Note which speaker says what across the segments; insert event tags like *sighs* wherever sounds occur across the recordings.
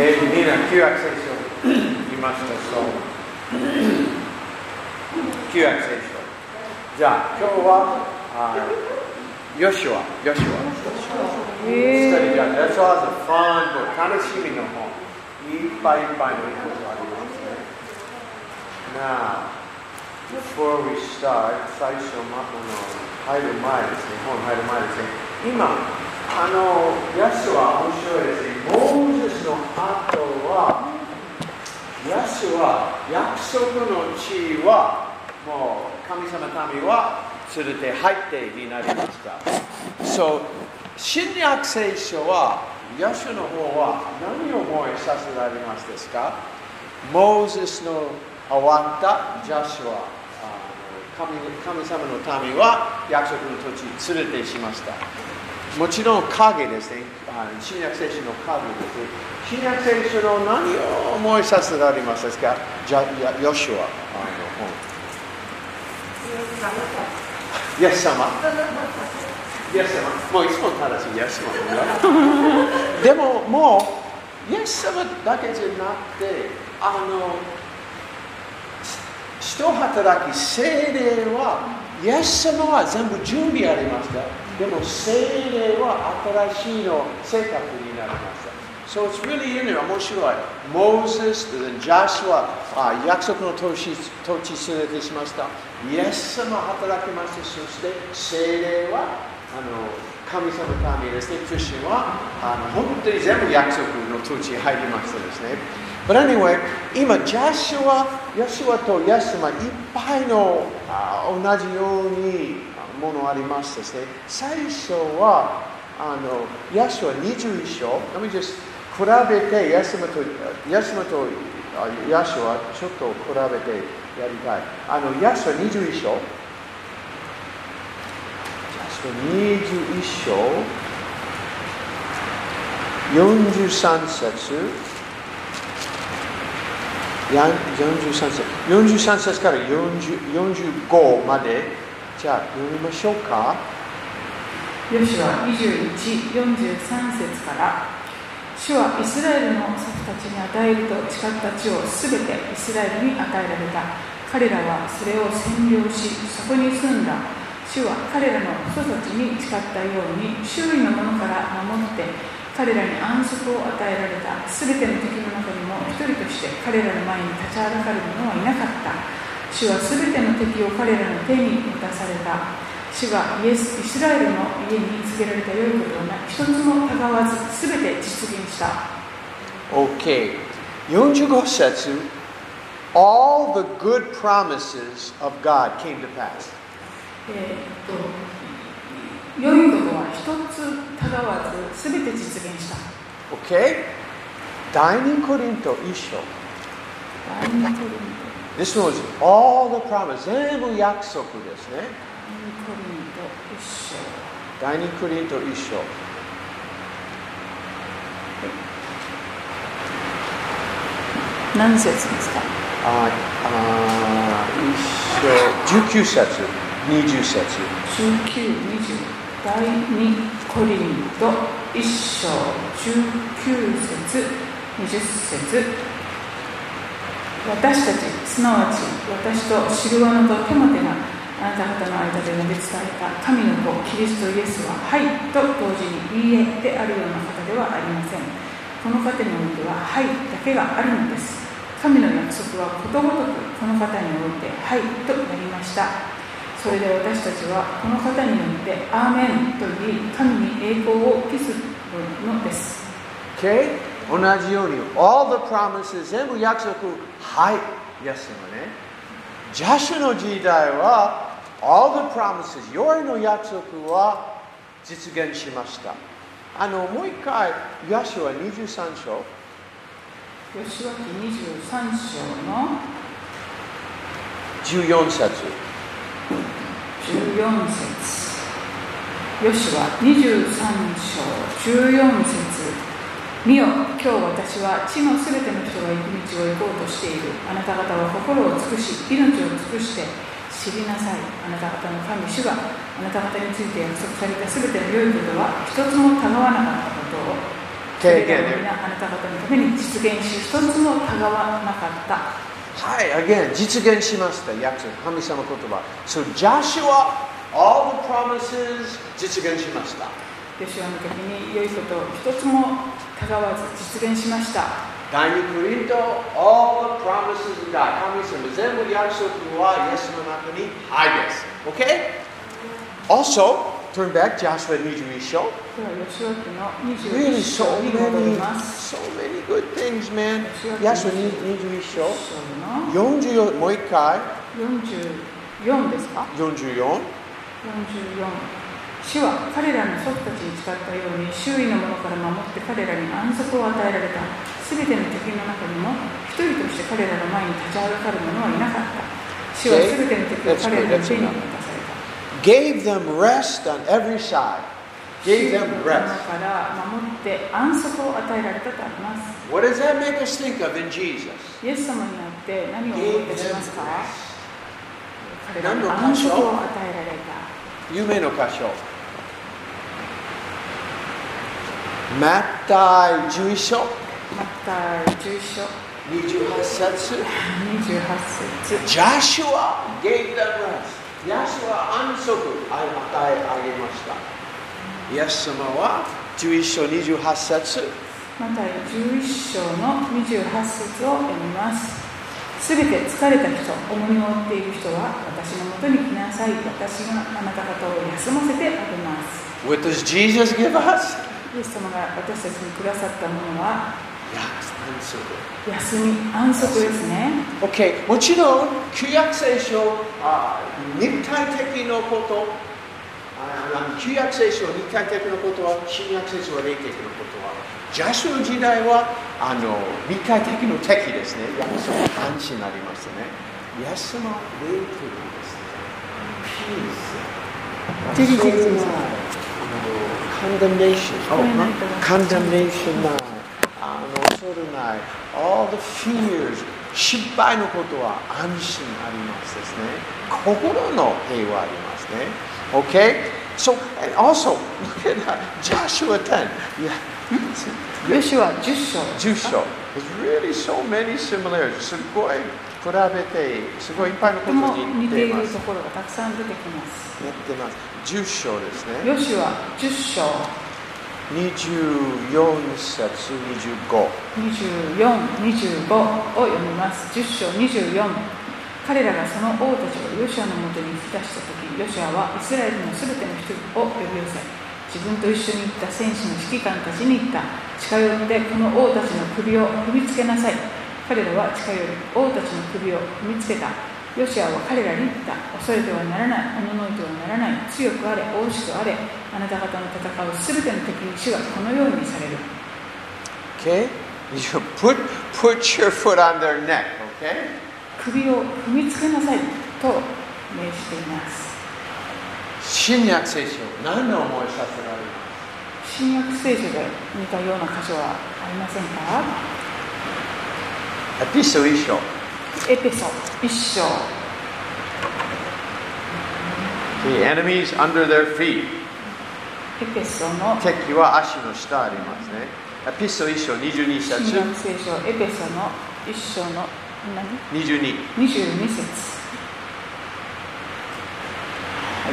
Speaker 1: 旧約聖書見ましたそう旧約聖書じゃあ今日はあヨシュアヨシュア study
Speaker 2: へ
Speaker 1: done. That's all the fun book. 楽しみの本。いっぱいいっぱいのいいことありますね。Now, before we start, 最初、まこの入る前ですね、本入る前ですね。今、あの、ヤスは面白いですね。モーゼスの後は、ヤスは約束の地は、もう神様の民は連れて入ってになりました。So, 新約聖書は、ヤシュの方は何を思いさせられますですかモーゼスの終わったジャシュア、あの神神様の民は約束の土地に連れてしました。もちろん影ですね、あの新約聖書の影ですね。新約聖書の何を思いさせられますですかジャヨシュアあの本。イエス様。イエス様。もういつも正しいイエス様。でももう、イエス様だけじゃなくて、あの、ひ人働き、精霊は、イエス様は全部準備ありました。でも精霊は新しいの性格になりました。So it's really in there. 面白い。Moses, then Joshua, あ約束の土地土地連れてしました。イエス様働きました。そして精霊はあの神様の民ですね。クリスチャンはあの本当に全部約束の土地に入りましたですね。But anyway, 今、ジャシュア、ヤシュアとイエス様いっぱいのあ同じようにものありますですね。最初はあの、ヤシュは21章、let me just 比べて、ヤシマと、ヤシマとあヤシュはちょっと比べてやりたい。あの、ヤシュは21章。ヤシュは21章、43節。やん43節43節から40 45まで、じゃあ読みましょうか。
Speaker 2: ヨシュア21、43節から主はイスラエルの祖父たちに与えると誓った地をすべてイスラエルに与えられた彼らはそれを占領しそこに住んだ主は彼らの祖父たちに誓ったように周囲のものから守って彼らに安息を与えられたすべての敵の中にも一人として彼らの前に立ちはだかる者はいなかった主はすべての敵を彼らの手に渡された主がイエスイスラエルの家に告げられた良いことは一つもたがわずすべて実現した
Speaker 1: Okay. 45節 All the good promises of God came to pass.
Speaker 2: えーっと良いことは一つたがわずすべて実現した
Speaker 1: Okay? 第二コリント一章。
Speaker 2: 第二コリント
Speaker 1: This was all the promise. 全部約束ですね。
Speaker 2: 第二コリン
Speaker 1: 第二
Speaker 2: ト一章
Speaker 1: コリント一章。
Speaker 2: 何節ですか
Speaker 1: ああ一章。19節。20節。
Speaker 2: 1920第2コリント1章19節20節私たちすなわち私とシルワノとテモテがあなた方の間で述べ伝えた神の子キリストイエスは「はい」と同時に「いいえ」であるような方ではありませんこの方においては「はい」だけがあるのです神の約束はことごとくこの方において「はい」となりましたそれで私たちはこの方によって「アーメン」と言い神に栄光を期すのです
Speaker 1: Okay? 同じように、all the promises 全部約束。はい。イエス様ね。ジャシュの時代は、all the promises、ヨエの約束は実現しました。あの、もう一回、ヤシュは23章。
Speaker 2: 吉脇23章の
Speaker 1: 14節
Speaker 2: 14節ヨシュア23章14節見よ今日私は地のすべての人が行く道を行こうとしているあなた方は心を尽くし命を尽くして知りなさいあなた方の神主があなた方について約束されたすべての良いことは一つもたがわなかったことをそれ
Speaker 1: Okay,
Speaker 2: らを
Speaker 1: again.
Speaker 2: 皆
Speaker 1: there-
Speaker 2: あなた方のために実現し、一つもたがわなかった。
Speaker 1: Hi, again. 実現しました。約束。神様言葉。So Joshua, all the promises, 実現しました。
Speaker 2: ヨシュアの時に良いことを一つもたがわず実現しました。
Speaker 1: 第二コリント all the promises of God. 神様全部約束はイエスの中に入です。Okay? Also, turn back Joshua 21章。
Speaker 2: では、ヨシュア記の
Speaker 1: Really
Speaker 2: 21
Speaker 1: so
Speaker 2: 章に戻り
Speaker 1: many,
Speaker 2: ます。
Speaker 1: so many good things, man.
Speaker 2: ヨ
Speaker 1: 約
Speaker 2: シュア記の
Speaker 1: 21
Speaker 2: 21章
Speaker 1: 章。44
Speaker 2: の
Speaker 1: もう一回。
Speaker 2: 44ですか
Speaker 1: 44。
Speaker 2: 44主は彼らの祖父たちに誓ったように周囲の者から守って彼らに安息を与えられた全ての敵の中にも一人として彼らの前に立ちはだかる者はいなかった主は全ての敵を彼らの手に渡された
Speaker 1: Gave them rest on every side.
Speaker 2: 周囲
Speaker 1: Gave
Speaker 2: の
Speaker 1: them
Speaker 2: 者
Speaker 1: rest.
Speaker 2: から守って安息を与えられたとあります
Speaker 1: What does that make us think of in Jesus?
Speaker 2: イエス様にあって何を
Speaker 1: Gave
Speaker 2: 思い出し
Speaker 1: them
Speaker 2: ますか
Speaker 1: rest.
Speaker 2: 彼らに安息を与えられた
Speaker 1: 夢の箇所マタイ11章
Speaker 2: また住所
Speaker 1: 28節
Speaker 2: 28節
Speaker 1: Joshua gave them rest Joshua 安息を与えあげましたイエス様は11章28節
Speaker 2: マタイ11章の28節を読みます。すべて疲れた人、重荷を負っている人は、私のもとに来なさい。私があなた方を休ませてあげます。
Speaker 1: What does Jesus give us?
Speaker 2: イエス様が私たちにくださったものは、
Speaker 1: 安息
Speaker 2: 休み、安息ですね。
Speaker 1: OK、もちろん、旧約聖書、あ肉体的のこと、ああの旧約聖書、肉体的のことは、新約聖書は霊的のことは、ジャシュの時代は、あの肉体的の敵ですね、約束の安心になりますね。イエス様は霊的ですね。ピース。
Speaker 2: 敵ですね
Speaker 1: コンダムネーショ
Speaker 2: ごめん
Speaker 1: ン。
Speaker 2: な
Speaker 1: Oh,
Speaker 2: さい
Speaker 1: condemnation ないあの恐れない all the fears 失敗のことは安心ありますですね心の平和ありますね OK so and also *laughs* look at that Joshua 10 yeah
Speaker 2: ヨシュア10章。
Speaker 1: 住所 there's really so many similarities すごい比べてすごいいっぱいの
Speaker 2: と
Speaker 1: こと
Speaker 2: ても
Speaker 1: に
Speaker 2: 似
Speaker 1: 似
Speaker 2: て
Speaker 1: て
Speaker 2: い
Speaker 1: い
Speaker 2: る
Speaker 1: ます
Speaker 2: ところがたくさん出てきます。
Speaker 1: やってます住所ですね
Speaker 2: ヨシュア10章
Speaker 1: 24節25
Speaker 2: 24、25を読みます。10章24。彼らがその王たちがヨシュアのもとに来き出した時ヨシュアはイスラエルのすべての人を呼び寄せ自分と一緒に行った戦士の指揮官たちに言った近寄ってこの王たちの首を踏みつけなさい彼らは近寄り王たちの首を踏みつけたヨシュアは彼らに言った恐れてはならないおののいてはならない強くあれ王しくあれあなた方の戦うすべての敵に主がこのようにされる
Speaker 1: Okay? You put, put your foot on their neck, okay?
Speaker 2: 首を踏みつけなさいと命じています
Speaker 1: 新約聖書、何の思いさせられる
Speaker 2: 新約聖書で似たような箇所はありませんか
Speaker 1: エピソード一章。
Speaker 2: エペソ一章
Speaker 1: The enemies under their feet.
Speaker 2: エペソの
Speaker 1: 敵は足の下ありますね。エピソード一章、22
Speaker 2: 新
Speaker 1: 節。
Speaker 2: 約聖書エペソの一章の何
Speaker 1: 22。
Speaker 2: 22節、は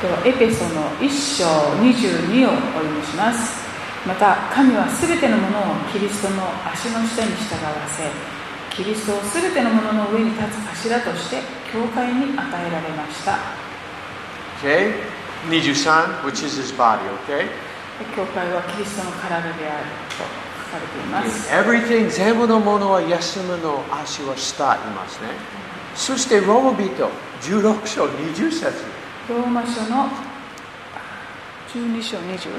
Speaker 2: い、ではエペソの1章22をお読みしますまた神はすべてのものをキリストの足の下に従わせキリストをすべてのものの上に立つ柱として教会に与えられました
Speaker 1: Okay? 23, which is his body, okay?
Speaker 2: 教会はキリストの体であると書かれています
Speaker 1: Everything 全部のものはイエス様の足は下いますね。そしてローマ人、16章、20節。
Speaker 2: ローマ書の12章20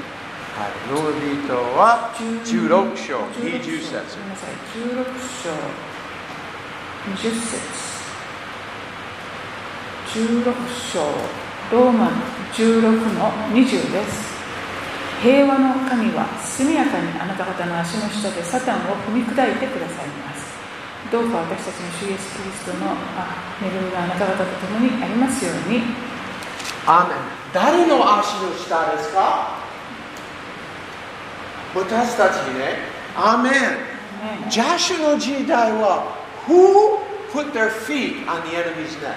Speaker 1: はい、ローマ人は16章
Speaker 2: 16
Speaker 1: 20節
Speaker 2: ごめんなさい16章20節16章ローマ16の20です平和の神は速やかにあなた方の足の下でサタンを踏み砕いてくださいますどうか私たちの主イエス・キリストのあ恵みがあなた方と共にありますように
Speaker 1: アーメン誰の足の下ですか私たちにね、アーメン。
Speaker 2: ね
Speaker 1: Joshua の時代は、Who put their feet on the enemy's neck?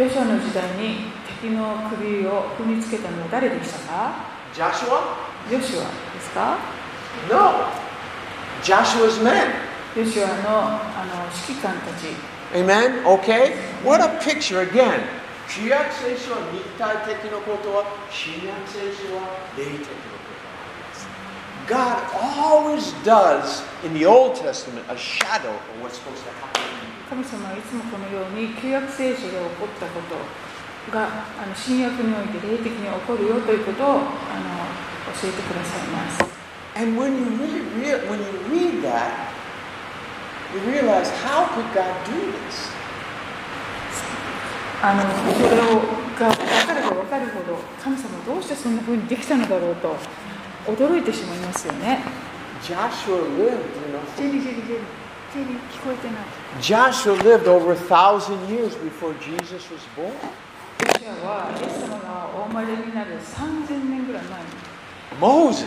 Speaker 2: ヨシュアの時代に敵の首を踏みつけたのは誰でしたか
Speaker 1: Joshua?
Speaker 2: ヨシュアですか
Speaker 1: No. Joshua's men.
Speaker 2: ヨシュアのあの指揮官たち
Speaker 1: Amen? Okay? What a picture again. 旧約聖書は肉体的なことは、新約聖書は霊的なことがあります。God always does in the Old Testament a shadow of what's supposed to happen.
Speaker 2: 神様はいつもこのように旧約聖書で起こったことがあの新約において霊的に起こるよということをあの教えてくださいます
Speaker 1: And when you really read, when you read that, you realize how could God do this?
Speaker 2: あのそれをが分かれば分かるほど神様どうしてそんな風にできたのだろうと驚いてしまいますよね
Speaker 1: Joshua lived, you know.
Speaker 2: ジェリジェリジェリジェリ聞こえてない
Speaker 1: Joshua lived over a thousand years before Jesus was born.
Speaker 2: ヨシュアはイエス様がお生まれになる3000年ぐらい前に
Speaker 1: Moses,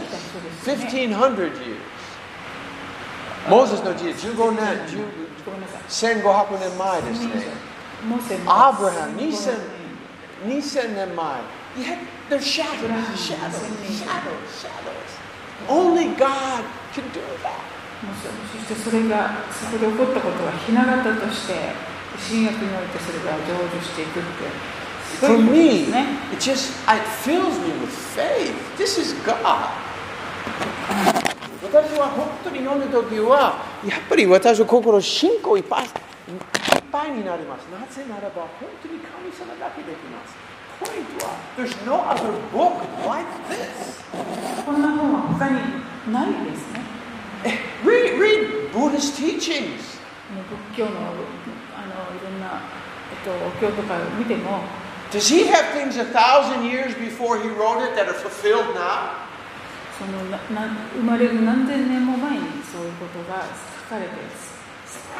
Speaker 2: 1500
Speaker 1: 1500 years. Moses の時15年、
Speaker 2: ごめんなさい
Speaker 1: 1500年前ですね。
Speaker 2: モーセも
Speaker 1: アブラハム
Speaker 2: 1500
Speaker 1: 2000
Speaker 2: 年
Speaker 1: 2000年前。Yeah, they're shadows, shadows,
Speaker 2: 2000
Speaker 1: shadows, shadows. Only God can do that.
Speaker 2: もしそしてそれがそこで起こったことが雛形として新約においてそれが成就していくってすご
Speaker 1: For
Speaker 2: いことで
Speaker 1: me,
Speaker 2: すね
Speaker 1: it just it fills me with faith. This is God. 私は本当に読む時は、やっぱり私の心、信仰いっぱいいっぱいになります。なぜならば、本当に神様だけできます。ポイントは、There's no other book like this.
Speaker 2: こんな本は他にないですね
Speaker 1: Read, read Buddhist teachings.
Speaker 2: あの仏教のあのいろんな、えっと、お経とかを見ても
Speaker 1: Does he have things a thousand years before he wrote it that are fulfilled now?
Speaker 2: そのなな生まれる何千年も前にそういうことが書かれて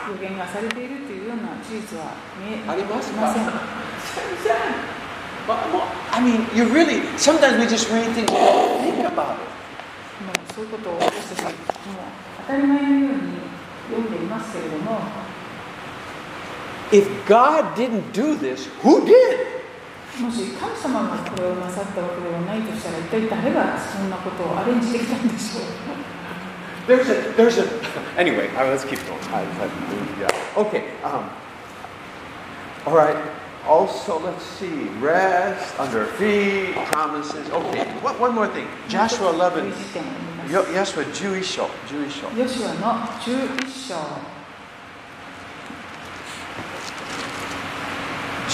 Speaker 2: 予言がされているというような事実は見え
Speaker 1: ありますか
Speaker 2: ません
Speaker 1: But, well, I mean, you really, sometimes we just read things and don't think about it.
Speaker 2: まあ、そういうことを私たちもう当たり前のように読んでいますけれども
Speaker 1: If God didn't do this, who did?
Speaker 2: もし神様がこれをなさったわけではないとしたら一体誰がそんなことをアレンジできたんでしょう
Speaker 1: There's a, there's a, anyway, all right, let's keep going. I, I, yeah. Okay, um, all right. Also, let's see, rest, under feet, promises. Okay, one, one more thing. Joshua 11,
Speaker 2: 11点を読みます
Speaker 1: Yo- Joshua, Jewish show, Jewish show.
Speaker 2: ヨシュアの11章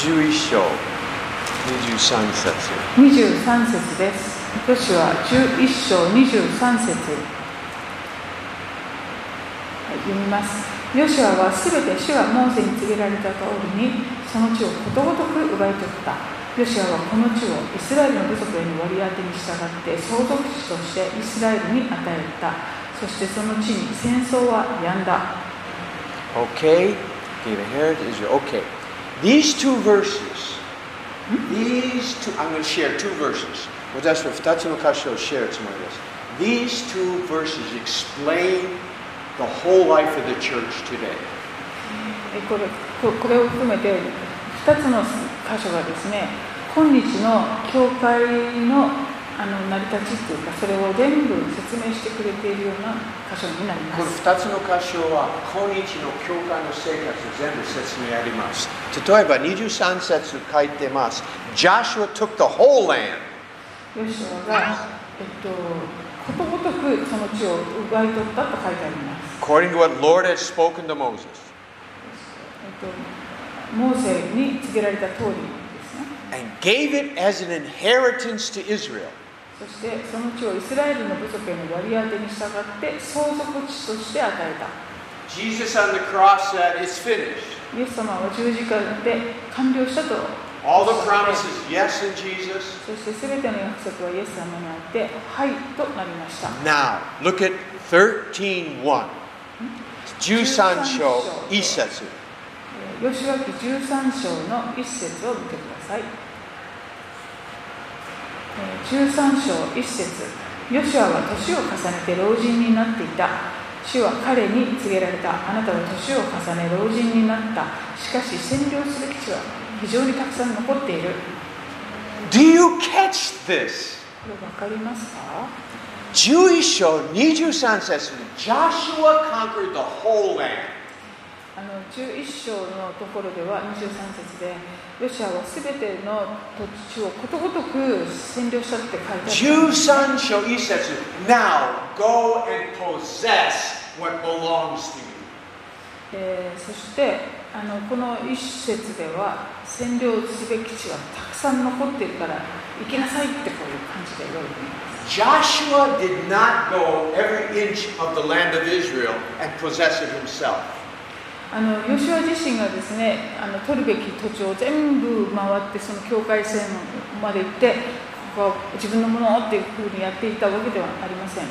Speaker 1: Jewish show. Did you sunset here?
Speaker 2: 23節ですヨシュア11章23節はい読みますヨシュアはすべて主がモーセに告げられた通りにその地をことごとく奪い取ったヨシュアはこの地をイスラエルの部族への割り当てに従って相続地としてイスラエルに与えたそしてその地に戦争は止んだ
Speaker 1: Okay, gave a heritage to Israel. Okay, these two verses, these two, I'm going to share two verses. 私は2つの箇所をシェアするつもりです。These two verses explain the whole life of the church today.
Speaker 2: えこれここれを含めて2つの箇所がですね今日の教会のあの成り立ちというかそれを全部説明してくれているような箇所になりま
Speaker 1: この
Speaker 2: す
Speaker 1: 2つの箇所は今日の教会の生活を全部説明あります。例えば23節書いてます。Joshua took the whole land.
Speaker 2: ヨシュアが、えっと、ことごとくその地を奪い取ったと書いてあります
Speaker 1: According to what Lord had spoken to Moses.
Speaker 2: えっとモーセに告げられた通りですね
Speaker 1: and gave it as an inheritance to Israel.
Speaker 2: そしてその地をイスラエルの部族への割り当てに従って相続地として与えた
Speaker 1: Jesus on the cross said, It's finished.
Speaker 2: イエス様は十字架で完了したと
Speaker 1: All the promises, yes, in Jesus.
Speaker 2: そしてすべての約束はイエス様にあってはいとなりました
Speaker 1: Now, look at 13.1. Jusan Sho Isetsu.
Speaker 2: えー吉脇13章の一節を見てくださいえー13章一節ヨシュアは年を重ねて老人になっていた。主は彼に告げられた。あなたは年を重ね老人になった。しかし占領する基地は非常にたくさん残っている。
Speaker 1: Do you catch this?
Speaker 2: これ分かりますか
Speaker 1: Jewish or Niju says Joshua conquered the whole land.
Speaker 2: あの11章のところでは23節で、ヨシュアはすべての土地をことごとく占領したって書いてある。
Speaker 1: Jew son Shoisetsu, now go and possess what belongs to you.
Speaker 2: えーそしてあのこの一節では占領すべき地はたくさん残っているから行きなさいってこういう感じで言われています
Speaker 1: Joshua did not go every inch of the land of Israel and possess it himself.
Speaker 2: あのヨシュア自身がですねあの取るべき土地を全部回ってその境界線まで行ってここは自分のものっていうふうにやっていたわけではありません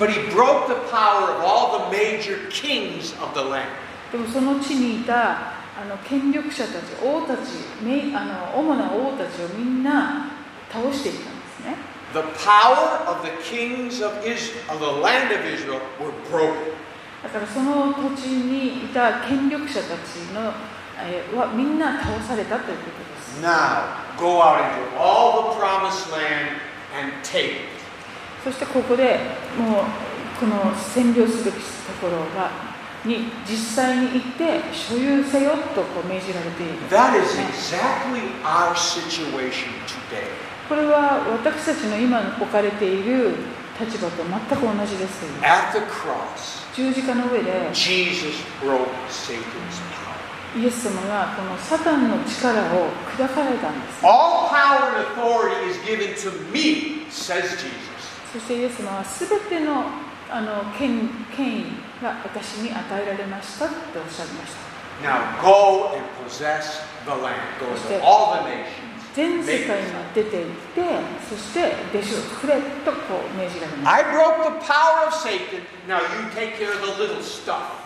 Speaker 1: But he broke the power of all the major kings of the land.
Speaker 2: でもその地にいたあの権力者たち王たちめいあの主な王たちをみんな倒していったんですね
Speaker 1: The power of the kings of Israel, of the land of Israel, were broken.
Speaker 2: だからその土地にいた権力者たちの、えーはみんな倒されたということです。
Speaker 1: Now go out into all the promised land and take it.
Speaker 2: そしてここでもうこの占領すべきところがに実際に行って所有せよとこう命じられている、
Speaker 1: That is exactly our situation today.
Speaker 2: これは私たちの今置かれている立場と全く同じですよね
Speaker 1: At the cross,
Speaker 2: 十字架の上で
Speaker 1: Jesus broke Satan's power.
Speaker 2: イエス様がこのサタンの力を砕かれたんです
Speaker 1: All power and authority is given to me, says Jesus.
Speaker 2: そしてイエス様は全てのあの権権威が私に与えられましたっておっしゃいました。
Speaker 1: Now go and possess the land. Go
Speaker 2: What's that?
Speaker 1: to all the nations.
Speaker 2: 全世界に出て行って、そして弟子を作れとこう命じられまし
Speaker 1: I broke the power of Satan. Now you take care of the little stuff.
Speaker 2: た。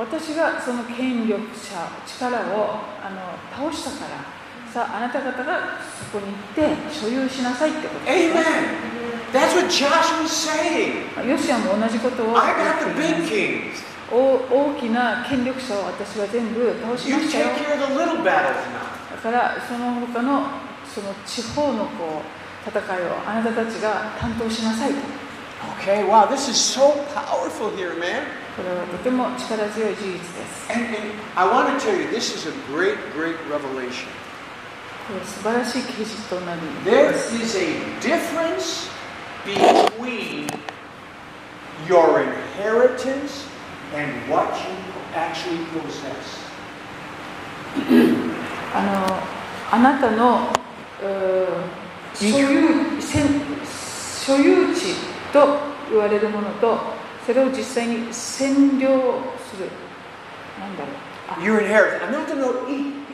Speaker 2: 私がその権力者、力をあの倒したから、さああなた方がそこに行って所有しなさいってことですね、
Speaker 1: Amen. That's what Joshua's saying.
Speaker 2: ヨシアも同じことを
Speaker 1: I
Speaker 2: やって
Speaker 1: got
Speaker 2: い
Speaker 1: the
Speaker 2: ます
Speaker 1: big kings.
Speaker 2: お大きな権力者を私は全部倒し
Speaker 1: You
Speaker 2: ましたよ
Speaker 1: take。care of the little battles now.
Speaker 2: だからその他のその地方のこう戦いをあなたたちが担当しなさいと
Speaker 1: Okay, wow, this is so powerful here, man.
Speaker 2: これはとても力強い事実です
Speaker 1: And, and I want to tell you, this is a great, great revelation.
Speaker 2: これ素晴らしい記事となり
Speaker 1: There is a difference between your inheritance and what you actually possess.
Speaker 2: あのあなたのうー所有せん所有地と言われるものとそれを実際に占領するなんだろうあ
Speaker 1: Your inheritance. I'm not going to know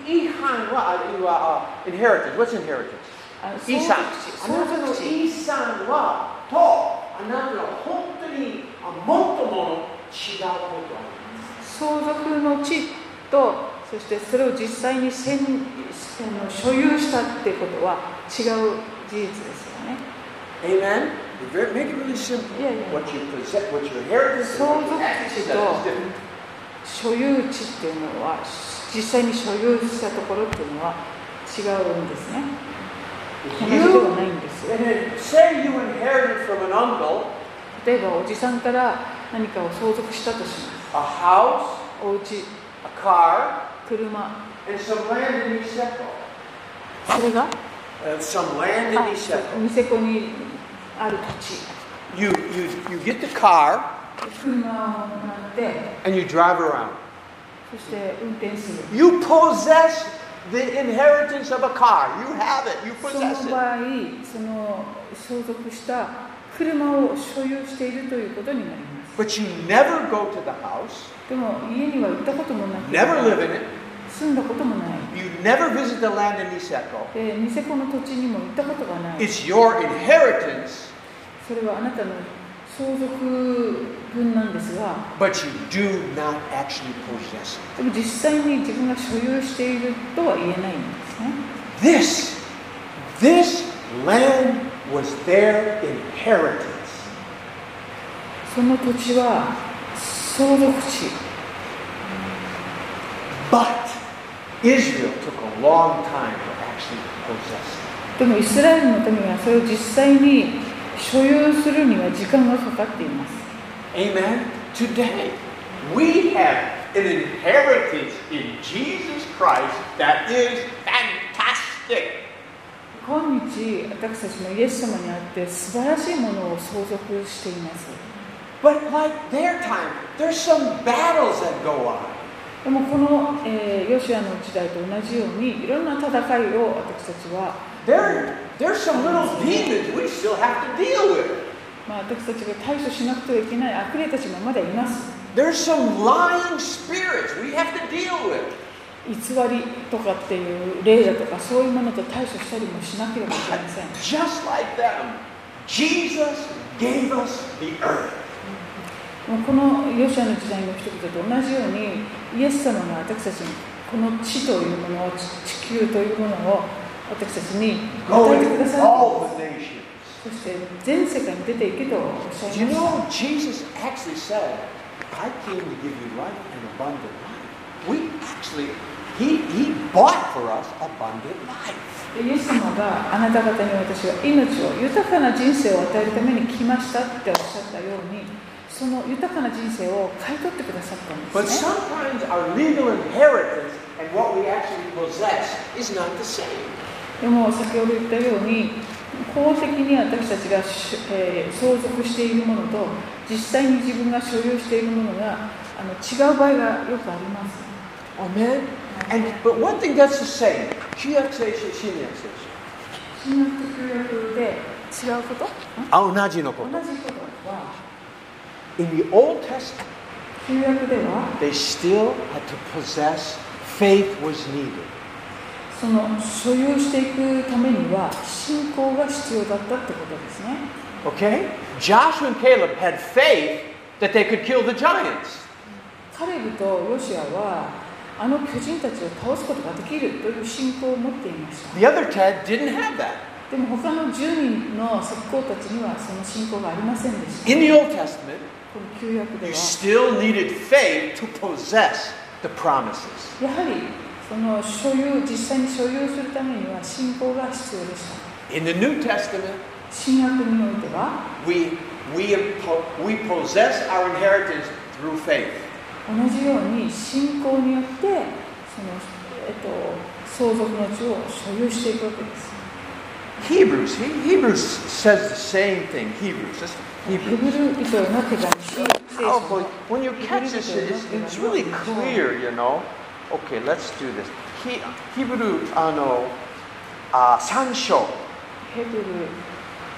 Speaker 1: ihan wa uh, uh, inheritance. What's inheritance?
Speaker 2: あの
Speaker 1: 遺産あ
Speaker 2: 相
Speaker 1: な
Speaker 2: 続
Speaker 1: たの
Speaker 2: 地
Speaker 1: 遺産はとあなたの本当にあもっともの違うこと
Speaker 2: 相続の地とそしてそれを実際にせんあの所有したってことは違う事実ですよね
Speaker 1: Amen? Very- Make it really simple.
Speaker 2: Yeah, yeah.
Speaker 1: What you possess, what your inheritance and what you actually possess is different.
Speaker 2: 所有地っていうのは実際に所有したところっていうのは違うんですね同
Speaker 1: If
Speaker 2: じで
Speaker 1: you,
Speaker 2: はないんですよ
Speaker 1: and then say you inherited from an uncle
Speaker 2: 例えばおじさんから何かを相続したとします
Speaker 1: a house,
Speaker 2: お家
Speaker 1: a car,
Speaker 2: 車
Speaker 1: and some land in Niseko.
Speaker 2: それが
Speaker 1: Uh, some land
Speaker 2: あニセコにある土地
Speaker 1: You, you, you get the car
Speaker 2: 車をもらって
Speaker 1: and you drive around.
Speaker 2: そして運転する
Speaker 1: You possess the inheritance of a car. You have it. You
Speaker 2: そ
Speaker 1: possess
Speaker 2: の
Speaker 1: it.
Speaker 2: 場合、その相続した車を所有しているということになります。
Speaker 1: But you never go to the house,
Speaker 2: でも家には行ったこともなく
Speaker 1: never live in it.
Speaker 2: 住んだこともない。
Speaker 1: You never visit the land in Niseko.
Speaker 2: で、ニセコの土地にも行ったことがない。
Speaker 1: It's your inheritance,
Speaker 2: それはあなたの相続分なんですが、
Speaker 1: but you do not actually possess it.
Speaker 2: でも実際に自分が所有しているとは言えないんですね。
Speaker 1: This, this land was their inheritance.
Speaker 2: その土地は相続地
Speaker 1: But Israel took a long time to actually possess it.
Speaker 2: でもイスラエルの民はそれを実際に所有するには時間がかかっています
Speaker 1: Amen. Today, we have an inheritance in Jesus Christ that is fantastic.
Speaker 2: 今日私たちもイエス様にあって素晴らしいものを相続しています
Speaker 1: But like their time, there's some battles that go on.
Speaker 2: でもこの、えーヨシアの時代と同じようにいろんな戦いを私たちは、
Speaker 1: There, there's some little demons we still have to deal with.
Speaker 2: まあ、私たちが対処しなくてはいけない悪霊たちもまだいます
Speaker 1: There's some lying spirits we have to deal with.
Speaker 2: 偽りとかっていう霊だとかそういうものと対処したりもしなければいけません
Speaker 1: Just like them, Jesus gave us the earth.
Speaker 2: もうこのヨシアの時代の人々と同じようにイエス様が私たちにこの地というものを地地球というものを私たちに
Speaker 1: Go
Speaker 2: 与えてくだ
Speaker 1: into
Speaker 2: さい
Speaker 1: all the nations.
Speaker 2: そして全世界に出ていけとおっしゃ
Speaker 1: Do
Speaker 2: い
Speaker 1: you
Speaker 2: ました
Speaker 1: know Jesus actually said, I came to give you life and abundant life. We actually, he, he bought for us abundant life.
Speaker 2: でイエス様があなた方に私は命を豊かな人生を与えるために来ましたっておっしゃったようにその豊かな人生を買い取ってくださったん
Speaker 1: But
Speaker 2: ですね
Speaker 1: sometimes our legal inheritance and what we actually possess is not the same.
Speaker 2: でも先ほど言ったように公的に私たちがし、えー相続しているものと実際に自分が所有しているものがあの違う場合がよくあります
Speaker 1: Amen. And but one thing that's the same. 旧約聖書、新約聖書。
Speaker 2: 新約と旧約で違うこと同じ
Speaker 1: あ、同じのこと。
Speaker 2: ことは
Speaker 1: In the Old Testament,
Speaker 2: 旧約では
Speaker 1: they still had to possess. Faith was needed.
Speaker 2: その所有していくためには信仰が必要だったってことですね
Speaker 1: Okay? Joshua and Caleb had faith that they could kill the giants.
Speaker 2: カレブとヨシアはあの巨人たちを倒すことができるという信仰を持っていました
Speaker 1: The other Ted didn't have that.
Speaker 2: でも他の10人の石膏たちにはその信仰がありませんでした
Speaker 1: In the Old Testament,
Speaker 2: この旧約で
Speaker 1: you
Speaker 2: は
Speaker 1: still needed faith to possess the promises.
Speaker 2: やはりその所有実際に所有するためには信仰が必要でした
Speaker 1: In the New Testament,
Speaker 2: 新約においては
Speaker 1: we we impo- we possess our inheritance through faith.
Speaker 2: 同じように信仰によってその、えっと、相続の地を所有していくわけです
Speaker 1: Hebrews, He- Hebrews says the same thing. Hebrews, it's
Speaker 2: ヘブ
Speaker 1: Hebrews.
Speaker 2: ル人への手紙聖書
Speaker 1: Oh,
Speaker 2: の
Speaker 1: boy. when you catch this, it's, it's really clear, you know. Okay, let's do this. He, Hebrew, uh, no, uh, 3章。
Speaker 2: ヘブル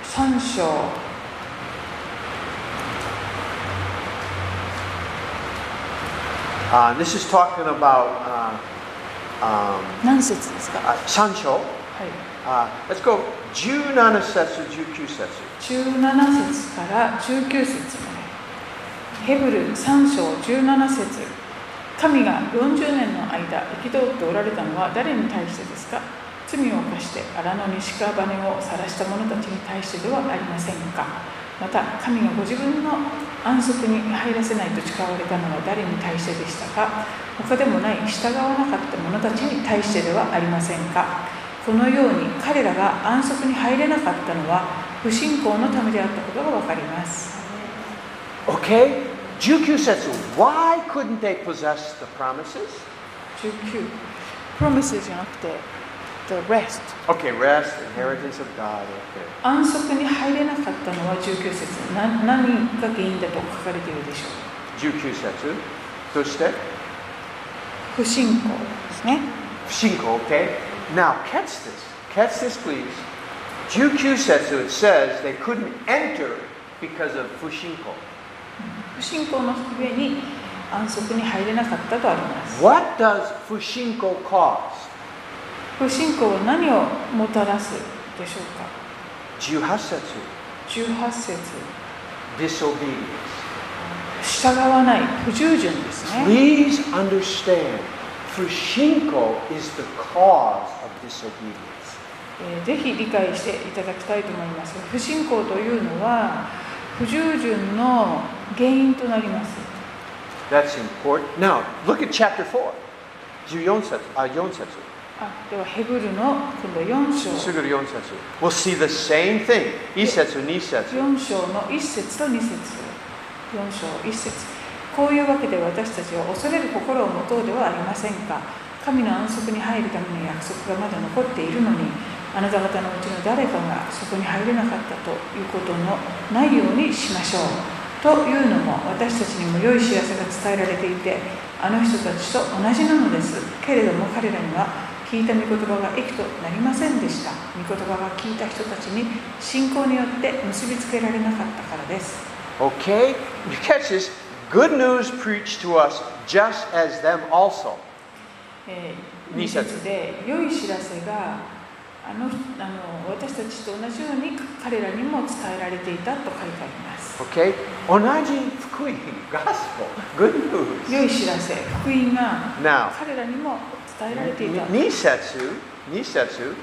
Speaker 2: 3章
Speaker 1: Uh, this is talking about uh, um,
Speaker 2: 何節ですか
Speaker 1: uh, 3章。
Speaker 2: はい
Speaker 1: Uh, let's go 17節、19節。
Speaker 2: 17節から19節までヘブル3章17節神が40年の間憤っておられたのは誰に対してですか罪を犯して荒野に屍を晒した者たちに対してではありませんかまた神がご自分の安息に入らせないと誓われたのは誰に対してでしたか他でもない従わなかった者たちに対してではありませんかこのように彼らが安息に入れなかったのは不信仰のためであったことがわかります。
Speaker 1: Okay? 19節。Why couldn't they possess the promises?
Speaker 2: 19 Promises じゃなくて The rest
Speaker 1: Okay, rest, inheritance of God. Okay.
Speaker 2: 安息に入れなかったのは19節な何が原因だと書かれているでしょう
Speaker 1: 19節。そして、
Speaker 2: 不信仰ですね。
Speaker 1: Shinko, okay? Now, catch this. Catch this, please. Jukyu Setsu, it says they couldn't enter because of Fushinko.
Speaker 2: 不信仰のゆえに安息に入れなかったとあります。
Speaker 1: What does Fushinko cause?
Speaker 2: 不信仰は何をもたらすでしょうか
Speaker 1: Juha Setsu,
Speaker 2: 18節
Speaker 1: disobedience.
Speaker 2: 従わない不従順ですね。
Speaker 1: Please understand, Fushinko is the cause of disobedience.
Speaker 2: えーぜひ理解していただきたいと思います。不信仰というのは不従順の原因となります
Speaker 1: That's important. Now, look at chapter 4. 14節, uh, 4節.
Speaker 2: あではヘブルの今度4章
Speaker 1: すぐ4節 We'll see the same thing. 1節、2節。
Speaker 2: 4章の1節と2節4章1節こういうわけで私たちは恐れる心を持とうではありませんか神の安息に入るための約束がまだ残っているのにあなた方のうちの誰かがそこに入れなかったということのないようにしましょうというのも私たちにも良い知らせが伝えられていてあの人たちと同じなのですけれども彼らには聞いた御言葉が益となりませんでした御言葉が聞いた人たちに信仰によって結びつけられなかったからです
Speaker 1: Okay? You catch this? Good news preached to us just as them also.
Speaker 2: えー
Speaker 1: 二
Speaker 2: 二
Speaker 1: 節
Speaker 2: 節で良い知らせがあのあの私たちと同じように彼らにも伝えられていたと書いてあります
Speaker 1: Okay? 同じ福音 *laughs* gospel. Good news.
Speaker 2: 良い知らせ福音が
Speaker 1: Now,
Speaker 2: 彼らにも伝えられていた
Speaker 1: nisetsu, nisetsu,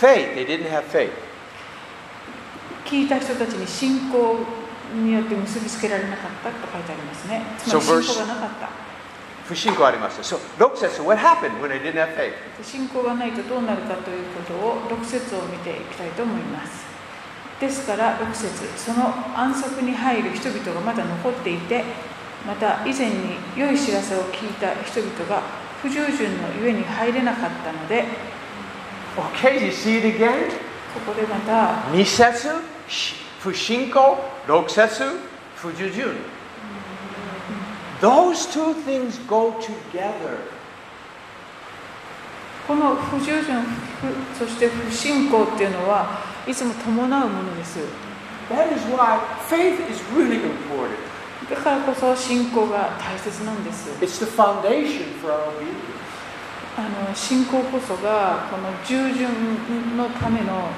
Speaker 1: faith. They didn't have faith.
Speaker 2: 聞いた人たちに信仰によって結びつけられなかったと書いてありますねつま
Speaker 1: So
Speaker 2: り
Speaker 1: verse-
Speaker 2: 信仰がなかった
Speaker 1: 不信仰ありました。So, 6節 What happened when they didn't have faith?
Speaker 2: 信仰がないとどうなるかということを6節を見ていきたいと思いますですから6節その安息に入る人々がまだ残っていてまた以前に良い知らせを聞いた人々が不従順のゆえに入れなかったので
Speaker 1: Okay, you see it again?
Speaker 2: ここでまた
Speaker 1: 二節、し不信仰、六節、不従順。Those two things go together.
Speaker 2: この不従順不そして不信仰っていうのはいつも伴うものです
Speaker 1: That is why faith is really important.
Speaker 2: だからこそ信仰が大切なんです
Speaker 1: It's the foundation for our obedience.
Speaker 2: あの信仰こそがこの従順のための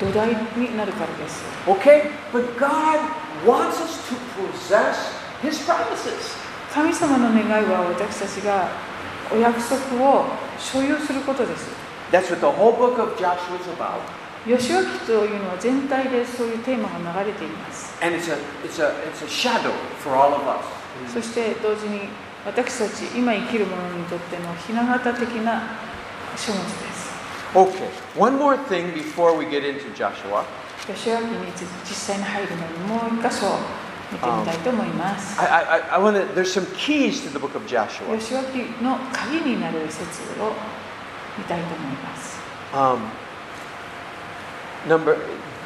Speaker 2: 土台になるからです
Speaker 1: Okay? But God wants us to possess His promises.
Speaker 2: 神様の願いは私たちがお約束を所有することです
Speaker 1: That's what the whole book of Joshua is about.
Speaker 2: 吉脇というのは全体でそういうテーマが流れています
Speaker 1: And it's a, it's a, it's a shadow for all of us.
Speaker 2: そして同時に私たち今生きる者にとっての雛形的な書物です
Speaker 1: Okay, one more thing before we get into Joshua.
Speaker 2: 吉脇に実際に入るのにもう一箇所見てみたいと思います
Speaker 1: I, I, I- I want to, there's some keys to the book of Joshua.
Speaker 2: 吉脇の鍵になる説を見たいと思います。
Speaker 1: Um, number,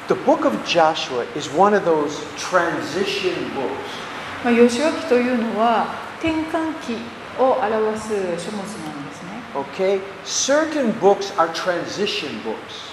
Speaker 1: the book of Joshua is one of those transition books.
Speaker 2: まあ、吉脇というのは転換期を表す書物なんですね。
Speaker 1: Okay, certain books are transition books.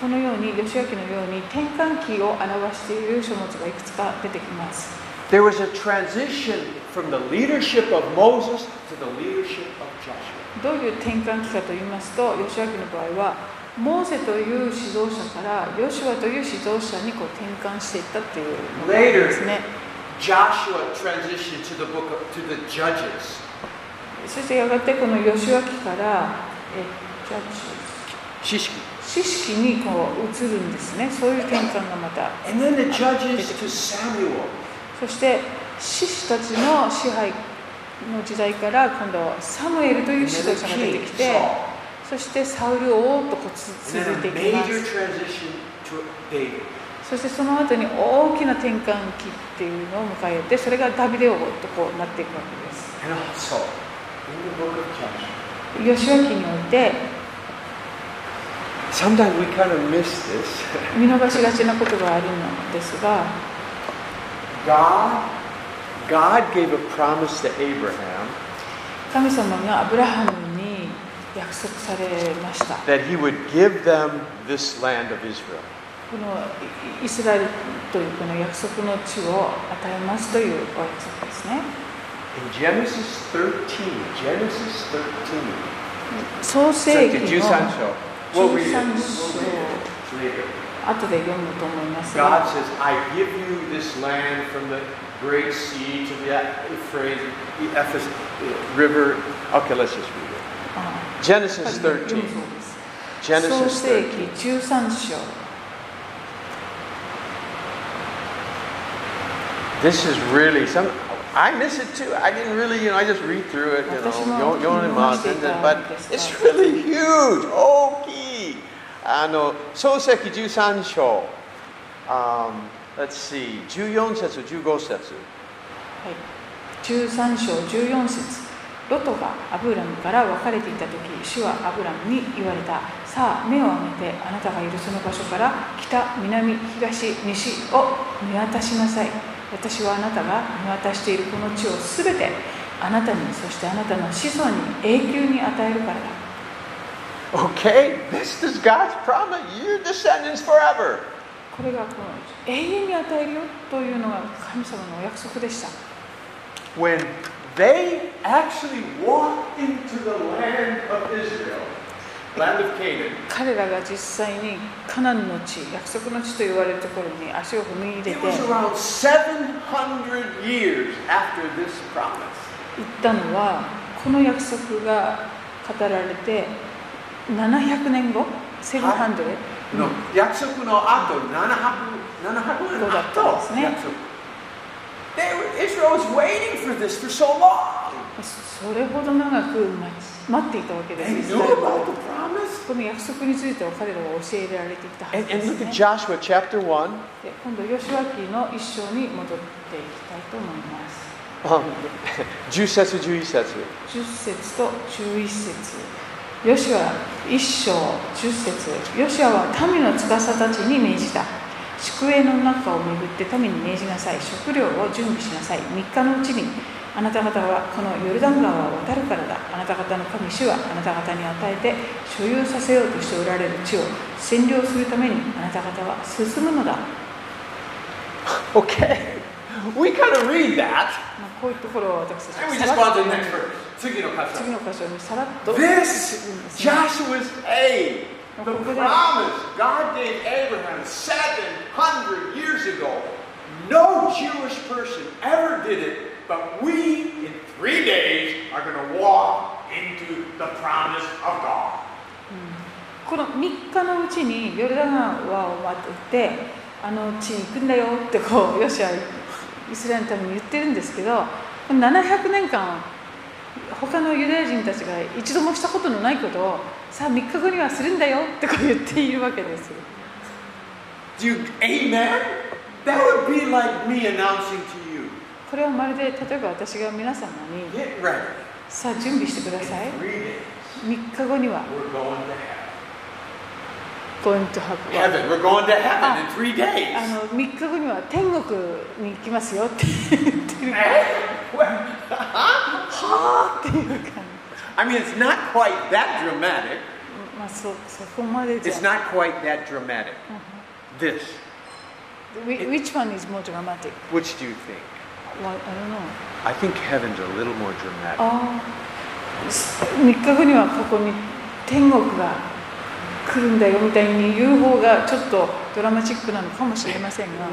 Speaker 2: このように吉脇のように転換期を表している書物がいくつか出てきます。
Speaker 1: There was a transition from the leadership of Moses to the leadership of Joshua.
Speaker 2: どういう転換期かと言いますと、吉脇の場合はモーセという指導者からヨシュアという指導者にこう転換していったっていうのがあるんですね。
Speaker 1: Joshua transitioned to the book of, to the Judges.
Speaker 2: そしてやがてこの吉脇からえジャッジ
Speaker 1: Shishki.
Speaker 2: 知識にこう移るんですねそういう転換がまた
Speaker 1: And then the Judges to Samuel.
Speaker 2: そして獅子たちの支配の時代から今度はサムエルという
Speaker 1: And
Speaker 2: 指導
Speaker 1: then the
Speaker 2: 者が出て
Speaker 1: king,
Speaker 2: きて
Speaker 1: Saul.
Speaker 2: そしてサウル王とこうつ
Speaker 1: And
Speaker 2: 続い
Speaker 1: then
Speaker 2: て
Speaker 1: a
Speaker 2: いきま
Speaker 1: major
Speaker 2: す
Speaker 1: transition to David.
Speaker 2: そしてその後に大きな転換期っていうのを迎えてそれがダビデ王とこうなっていくわけです
Speaker 1: And also, in the book of Joshua.
Speaker 2: 吉脇において
Speaker 1: Sometimes we kind of miss this.
Speaker 2: 見逃しがちなことがあるのですが
Speaker 1: God, God gave a promise to Abraham
Speaker 2: 神様がアブラハムに約束されました
Speaker 1: that he would give them this land of Israel.
Speaker 2: このイイスラエルというこの約束の地を与えますというお約束ですね
Speaker 1: In Genesis 13, Genesis 13.
Speaker 2: 創
Speaker 1: So
Speaker 2: 世紀
Speaker 1: to
Speaker 2: の
Speaker 1: Jusancho. We'll read it.
Speaker 2: 13
Speaker 1: We'll read it
Speaker 2: 章
Speaker 1: later.
Speaker 2: 後で読むと思いますが
Speaker 1: God says, I give you this land from the Great Sea to the Euphrates, the Ephes- River. Okay, let's just read it.
Speaker 2: あ
Speaker 1: Genesis
Speaker 2: 読むそう
Speaker 1: 13.
Speaker 2: です
Speaker 1: Genesis
Speaker 2: 創世紀
Speaker 1: 13.
Speaker 2: 13章
Speaker 1: This is really some. I miss it too. I didn't really, you know, I just read through it, you
Speaker 2: 私も
Speaker 1: know, 読んでます
Speaker 2: 見ました。
Speaker 1: but it's really huge, 大きい。あの、漱石13章、um, let's see, 14節、15節。
Speaker 2: はい、13章14節ロトがアブラムから別れていた時主はアブラムに言われたさあ目を上げてあなたがいるその場所から北南東西を見渡しなさい私はあなたが見渡しているこの地をすべてあなたにそしてあなたの子孫に永久に与えるからだ
Speaker 1: Okay, this is God's promise, your descendants forever.
Speaker 2: これがこの永遠に与えるよというのが神様のお約束でした
Speaker 1: When they actually walked into the land of Israel, land of Canaan,
Speaker 2: 彼らが実際にカナンの地約束の地と言われるところに足を踏み入れて
Speaker 1: It
Speaker 2: 行
Speaker 1: was around 700 years after this promise.
Speaker 2: ったのはこの約束が語られて700年後700、
Speaker 1: は No,
Speaker 2: うん
Speaker 1: 約束の後、700年後。
Speaker 2: そうだったんですね。
Speaker 1: They were, Israel was waiting for this for so long.
Speaker 2: それほど長く待ち待っていたわけで
Speaker 1: They
Speaker 2: す
Speaker 1: knew about the promise.
Speaker 2: この約束については彼らは教えられていたは
Speaker 1: And,
Speaker 2: ずで
Speaker 1: and
Speaker 2: す、
Speaker 1: look at、
Speaker 2: ね
Speaker 1: Joshua chapter 1.
Speaker 2: で今度吉脇の一生に戻っていきたいと思います
Speaker 1: Um, *laughs* 10節、11節。
Speaker 2: 10節と11節ヨシュア1章10節ヨシュアは民の司たちに命じた宿営の中を巡って民に命じなさい食料を準備しなさい3日のうちにあなた方はこのヨルダン川を渡るからだあなた方の神主はあなた方に与えて所有させようとしておられる地を占領するためにあなた方は進むのだ、ま
Speaker 1: Okay, *laughs* we kind of read that.
Speaker 2: あ、こういうところを私たち
Speaker 1: And
Speaker 2: は
Speaker 1: we
Speaker 2: さ
Speaker 1: just
Speaker 2: ら
Speaker 1: go
Speaker 2: っ
Speaker 1: on to
Speaker 2: と
Speaker 1: the next verse. 次の箇所。
Speaker 2: 次の箇所にさらっと
Speaker 1: This
Speaker 2: 進むんですね
Speaker 1: Joshua's aid, the
Speaker 2: Okay.
Speaker 1: promise God gave Abraham 700 years ago. No Jewish person ever did it, but we in three days are going to walk into the promise of God.
Speaker 2: この3日のうちにヨルダン川を渡ってあの地に行くんだよってこうヨシュアイスラエルのために言ってるんですけど700年間他のユダヤ人たちが一度もしたことのないことをさあ3日後にはするんだよってこう言っているわけです
Speaker 1: Do you, amen? That would be like me announcing to you
Speaker 2: これはまるで例えば私が皆様に
Speaker 1: get ready.
Speaker 2: さあ準備してください
Speaker 1: In three days,
Speaker 2: 3日後には
Speaker 1: we're going to heaven.
Speaker 2: Going to have
Speaker 1: Heaven, we're going to heaven in three
Speaker 2: あ
Speaker 1: days.
Speaker 2: の3日後には天国に行きますよって言って
Speaker 1: Eh?
Speaker 2: るはあっていう感じ
Speaker 1: I mean, it's not quite that dramatic.
Speaker 2: まあそそこまでじ
Speaker 1: It's
Speaker 2: ゃ
Speaker 1: not quite that dramatic. This.
Speaker 2: Whi- Which one is more dramatic?
Speaker 1: Which do you think?
Speaker 2: Well, I don't know.
Speaker 1: I think heaven's a little more dramatic.
Speaker 2: ああ3日後にはここに天国が来るんだよみたいに言う方がちょっとドラマチックなのかもしれませんが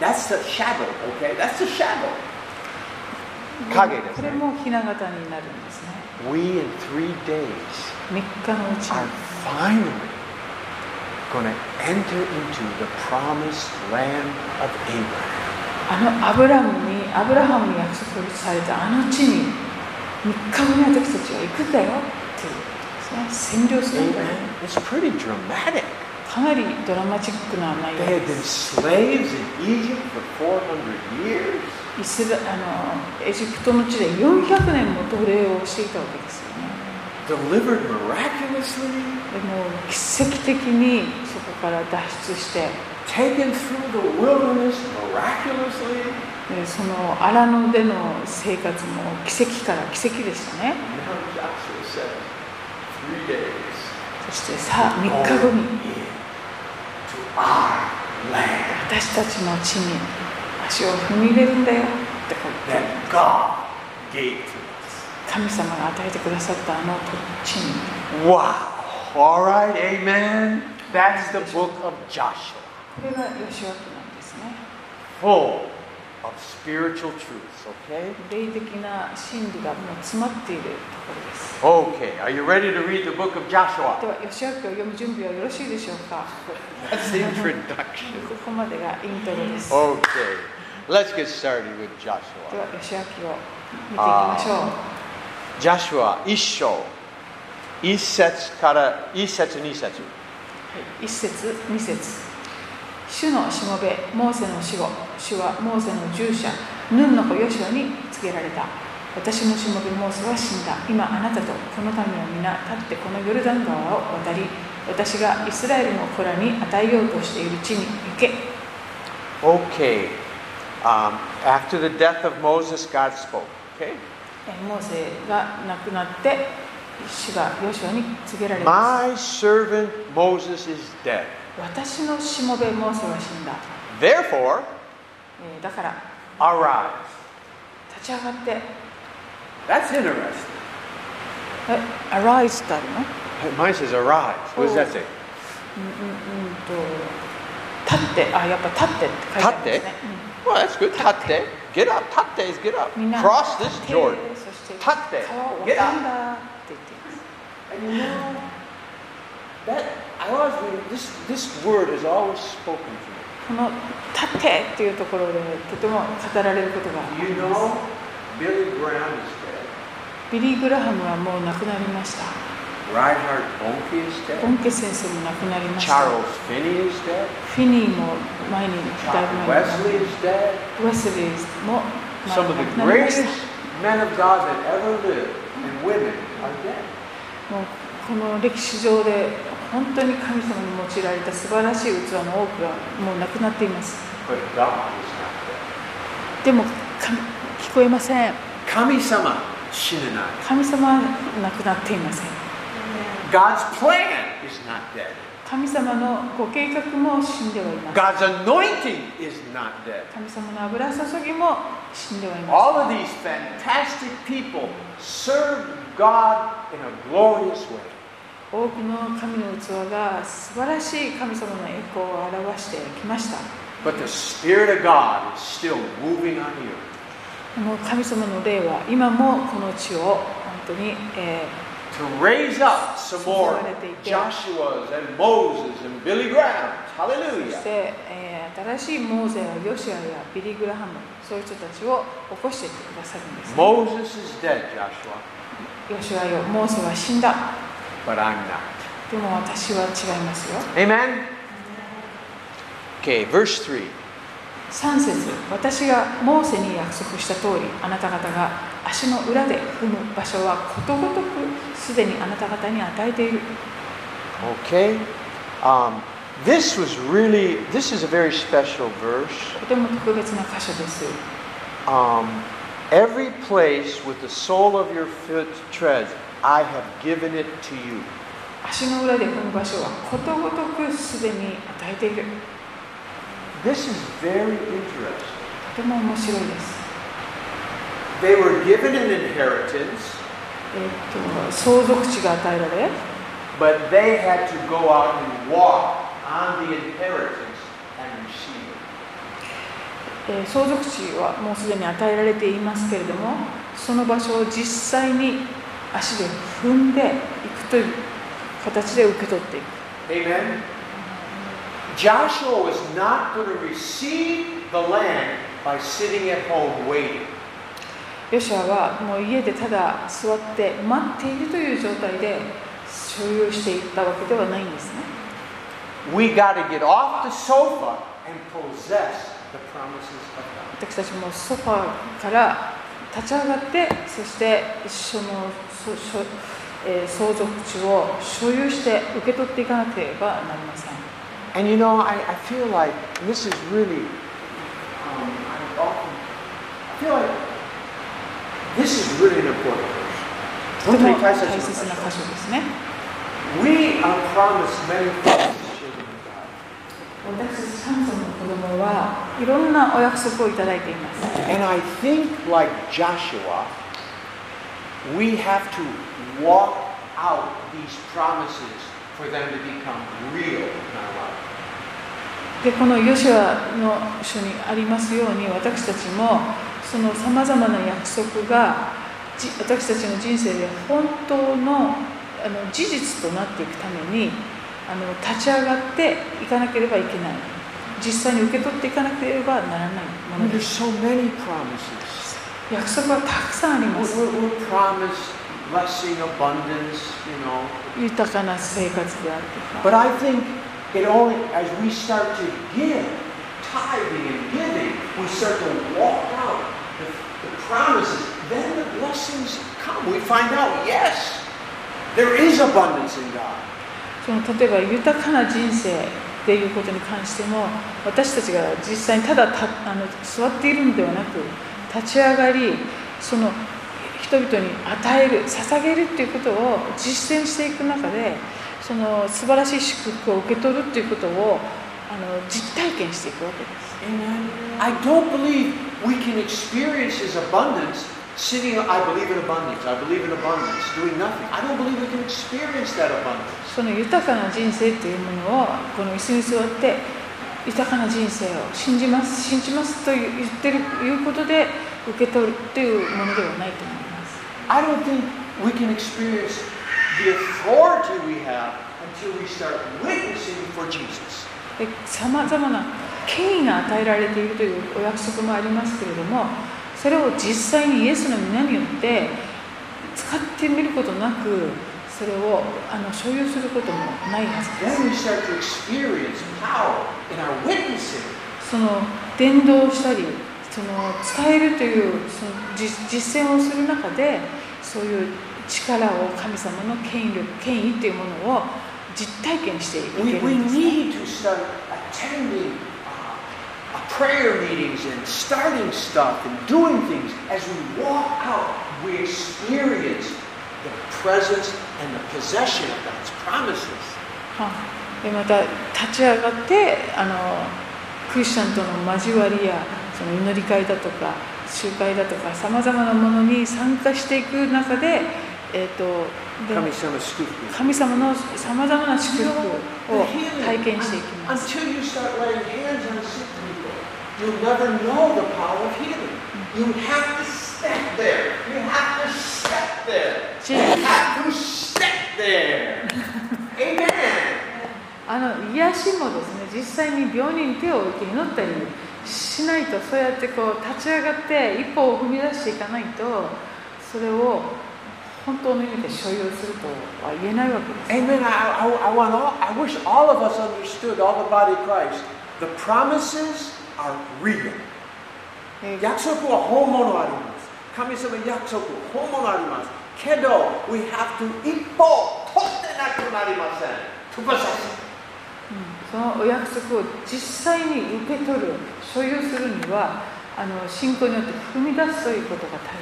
Speaker 1: that's the shadow, okay? That's the shadow. 影ですね
Speaker 2: これもひな形になるんですね
Speaker 1: We in three days
Speaker 2: 3日のうち
Speaker 1: are
Speaker 2: に
Speaker 1: finally going to enter into the promised land of Abraham.
Speaker 2: あのアブラムにアブラハムに約束されたあの地に3日後に私たちは行くんだよっていうことですね占領するんだよ
Speaker 1: Amen. It's pretty dramatic.
Speaker 2: かなりドラマチックな内容
Speaker 1: They had
Speaker 2: で
Speaker 1: been
Speaker 2: す
Speaker 1: slaves in Egypt for 400 years.
Speaker 2: イスラあのエジプトの地で400年も奴隷をしていたわけですよね
Speaker 1: delivered miraculously,
Speaker 2: でも奇跡的にそこから脱出して
Speaker 1: taken through the wilderness miraculously.
Speaker 2: でその荒野での生活も奇跡から奇跡でしたね
Speaker 1: Now Joshua says, three days.
Speaker 2: そしてさあ3日後
Speaker 1: going
Speaker 2: に
Speaker 1: in To our land
Speaker 2: 私たちの地に足を踏み入れるんだよってこう言って
Speaker 1: that God gave to us.
Speaker 2: 神様が与えてくださったあの地に
Speaker 1: Wow. All right, amen. That's the book of Joshua.
Speaker 2: これが吉脇なんですね
Speaker 1: Full of spiritual truths, okay?
Speaker 2: 霊的な真理がもう詰まっているところです。
Speaker 1: Okay, are you ready to read the book of Joshua?
Speaker 2: では、吉明を読む準備はよろしいでしょうか
Speaker 1: That's the introduction.
Speaker 2: ここまでがイントロです。で
Speaker 1: Okay, let's get started with Joshua.
Speaker 2: は、吉明を見ていきましょう。
Speaker 1: Joshua 一章一節から一節二節
Speaker 2: はい一節二節主のしもべモーセの死後主はモーセの従者ヌンの子ヨシュアに告げられた私のしもべモーセは死んだ今あなたとこの民は皆立ってこのヨルダン川を渡り私がイスラエルの子らに与えようとしている地に行け
Speaker 1: Okay, um, after the death of Moses, God spoke. Okay,
Speaker 2: えモーセが亡くなって主がヨシュアに告げられます
Speaker 1: my servant Moses is dead.
Speaker 2: 私のしもべモーセは死んだ、
Speaker 1: Therefore,
Speaker 2: えーだから
Speaker 1: arise.
Speaker 2: 立ち上がって
Speaker 1: That's interesting.
Speaker 2: えアライズってあるの
Speaker 1: Mine says arise. What does that say?
Speaker 2: うんうんうんと立ってあやっぱ立ってって書いてありますね
Speaker 1: Well, that's good. Tate. Get up. Tate is get up.
Speaker 2: うんみんな
Speaker 1: Cross this
Speaker 2: 立って
Speaker 1: Jordan.
Speaker 2: そして
Speaker 1: 立って
Speaker 2: 川を
Speaker 1: Get
Speaker 2: 渡るんだって言っています
Speaker 1: And you know, that I always this this word is always spoken to
Speaker 2: この立ってっていうところでとても語られることがあ
Speaker 1: You
Speaker 2: ります
Speaker 1: know, Billy Graham is dead.
Speaker 2: ビリー・グラハムはもう亡くなりました
Speaker 1: Reinhard Bonnke is
Speaker 2: ボン
Speaker 1: dead.
Speaker 2: ケ先生も亡くなりました
Speaker 1: Charles Finney is dead.
Speaker 2: フィニーも前にだい
Speaker 1: John
Speaker 2: ぶ
Speaker 1: Wesley
Speaker 2: 前に
Speaker 1: is dead.
Speaker 2: ウェスリーも前
Speaker 1: Some
Speaker 2: に
Speaker 1: of the
Speaker 2: 亡くなりまし
Speaker 1: greatest
Speaker 2: た
Speaker 1: men of God that ever lived and women are dead.
Speaker 2: もうこの歴史上で本当に神様に用いられた素晴らしい器の多くがもうなくなっています
Speaker 1: But God is not dead.
Speaker 2: でもか聞こえません
Speaker 1: Kami-sama, Shinanai.
Speaker 2: 神様はなくなっていません
Speaker 1: God's plan is not dead.
Speaker 2: 神様のご計画も死んではいます
Speaker 1: God's anointing is not dead.
Speaker 2: 神様の油注ぎも死んではいま
Speaker 1: All of these fantastic people served God in a glorious way.
Speaker 2: す多くの神の器が素晴らしい神様の栄光を表してきました
Speaker 1: But the Spirit of God is still moving on the earth
Speaker 2: でも神様の霊は今もこの地を本当に、え
Speaker 1: to raise up some more Joshua's and Moses and Billy Grahams.
Speaker 2: ーそし
Speaker 1: Hallelujah.
Speaker 2: て、えー新しいモーゼやヨシアやビリー・グラハムそういう人たちを起こしていってくださるんです、ね、
Speaker 1: Moses is dead, Joshua,
Speaker 2: ヨシアよモーセは死んだ
Speaker 1: but I'm not.
Speaker 2: でも私は違いますよ
Speaker 1: Amen? Okay, verse 3.
Speaker 2: 3節私がモーセに約束した通りあなた方が足の裏で踏む場所はことごとくすでにあなた方に与えている
Speaker 1: Okay? Um, this was really, this is a very special verse.
Speaker 2: とても特別な箇所です
Speaker 1: Um, every place with the sole of your foot treads, I have given it to you.
Speaker 2: 足の裏で踏む場所はことごとくすでに与えている
Speaker 1: This is very interesting.
Speaker 2: とても面白いです
Speaker 1: They were given an inheritance,
Speaker 2: えっと相続地が与えられ
Speaker 1: but they had to go out and walk on the inheritance and receive it.
Speaker 2: えー相続地はもうすでに与えられていますけれどもその場所を実際に足で踏んでいくという形で受け取っていく
Speaker 1: Amen. Joshua was not going to receive the land by sitting at home waiting.
Speaker 2: ヨシュアはもう家でただ座って待っているという状態で所有していったわけではないんですね
Speaker 1: We got to get off the sofa and possess the promises of God.
Speaker 2: 私たちもソファーから立ち上がってそしてそのそ所、えー相続地を所有して受け取っていかなければなりません
Speaker 1: And you know, I, I feel like this is really, um, I often I feel like this is really an important verse.
Speaker 2: とても
Speaker 1: Don't take
Speaker 2: 大切
Speaker 1: that as a
Speaker 2: な箇所ですね
Speaker 1: We are promised many things, as children of God.
Speaker 2: 私たち神様の子供はいろんなお約束をいただいています
Speaker 1: And I think, like Joshua, we have to walk out these promises for them to become real in our life.
Speaker 2: でこのヨシュアの書にありますように私たちもそのさまざまな約束がじ私たちの人生で本当のあの事実となっていくためにあの立ち上がっていかなければいけない実際に受け取っていかなければならない
Speaker 1: And
Speaker 2: もので
Speaker 1: there's
Speaker 2: す
Speaker 1: so many promises.
Speaker 2: 約束はたくさんありま
Speaker 1: We're,
Speaker 2: す
Speaker 1: we're, we're promised blessing, abundance, you know.
Speaker 2: 豊かな生活であるとか
Speaker 1: But I think it only as we start to give, tithing and giving, we start to walk out the, the promises. Then the blessings come. We find out, yes, there is abundance in God.
Speaker 2: その例えば豊かな人生っていうことに関しても私たちが実際にただたあの座っているのではなく立ち上がりその人々に与える捧げるっていうことを実践していく中でその素晴らしい祝福を受け取るっていうことをあの実体験していくわけです。
Speaker 1: Amen. I don't believe we can experience His abundance sitting. I believe in abundance. I believe in abundance. Doing nothing. I don't believe we can experience that abundance.
Speaker 2: その豊かな人生というものをこの椅子に座って豊かな人生を信じます信じますという言ってるいうことで受け取るというものではないと思います
Speaker 1: I don't think we can experience the authority we have until we start witnessing for Jesus.
Speaker 2: さまざまな権威が与えられているというお約束もありますけれどもそれを実際にイエスの皆によって使ってみることなくそれをあの所有することもないはずです
Speaker 1: Then we start to experience power in our witnessing.
Speaker 2: その伝道したりその伝えるというその実実践をする中でそういう力を神様の権威力権威というものを実体験していけ
Speaker 1: We,
Speaker 2: る
Speaker 1: we
Speaker 2: んですね
Speaker 1: need to start attending uh, uh, prayer meetings and starting stuff and doing things. As we walk out, we experience the presence and the possession of God's promises.
Speaker 2: はいでまた立ち上がってあのクリスチャンとの交わりやその祈り会だとか集会だとかさまざまなものに参加していく中で、えー、とで
Speaker 1: Kami-sama Stupi.
Speaker 2: 神様のさまざまな祝福を体験していきます。
Speaker 1: Until you start laying hands on sick people, you'll never know the power of healing. You have to step there. You have to step there. You have to step there. Amen.
Speaker 2: あの癒しもですね実際に病人に手を置いて祈ったりしないとそうやってこう立ち上がって一歩を踏み出していかないとそれを本当の意味で所有するとは言えないわけです。
Speaker 1: Amen. I, I, I want all, I wish all of us understood, all the body of Christ, the promises are real.
Speaker 2: えー
Speaker 1: 約束は本物あります。神様約束本物あります。けど、we have to 一歩取ってなくなりません。飛ばさせ。
Speaker 2: そのお約束を実際に受け取る所有するにはあの信仰によって踏み出すということが大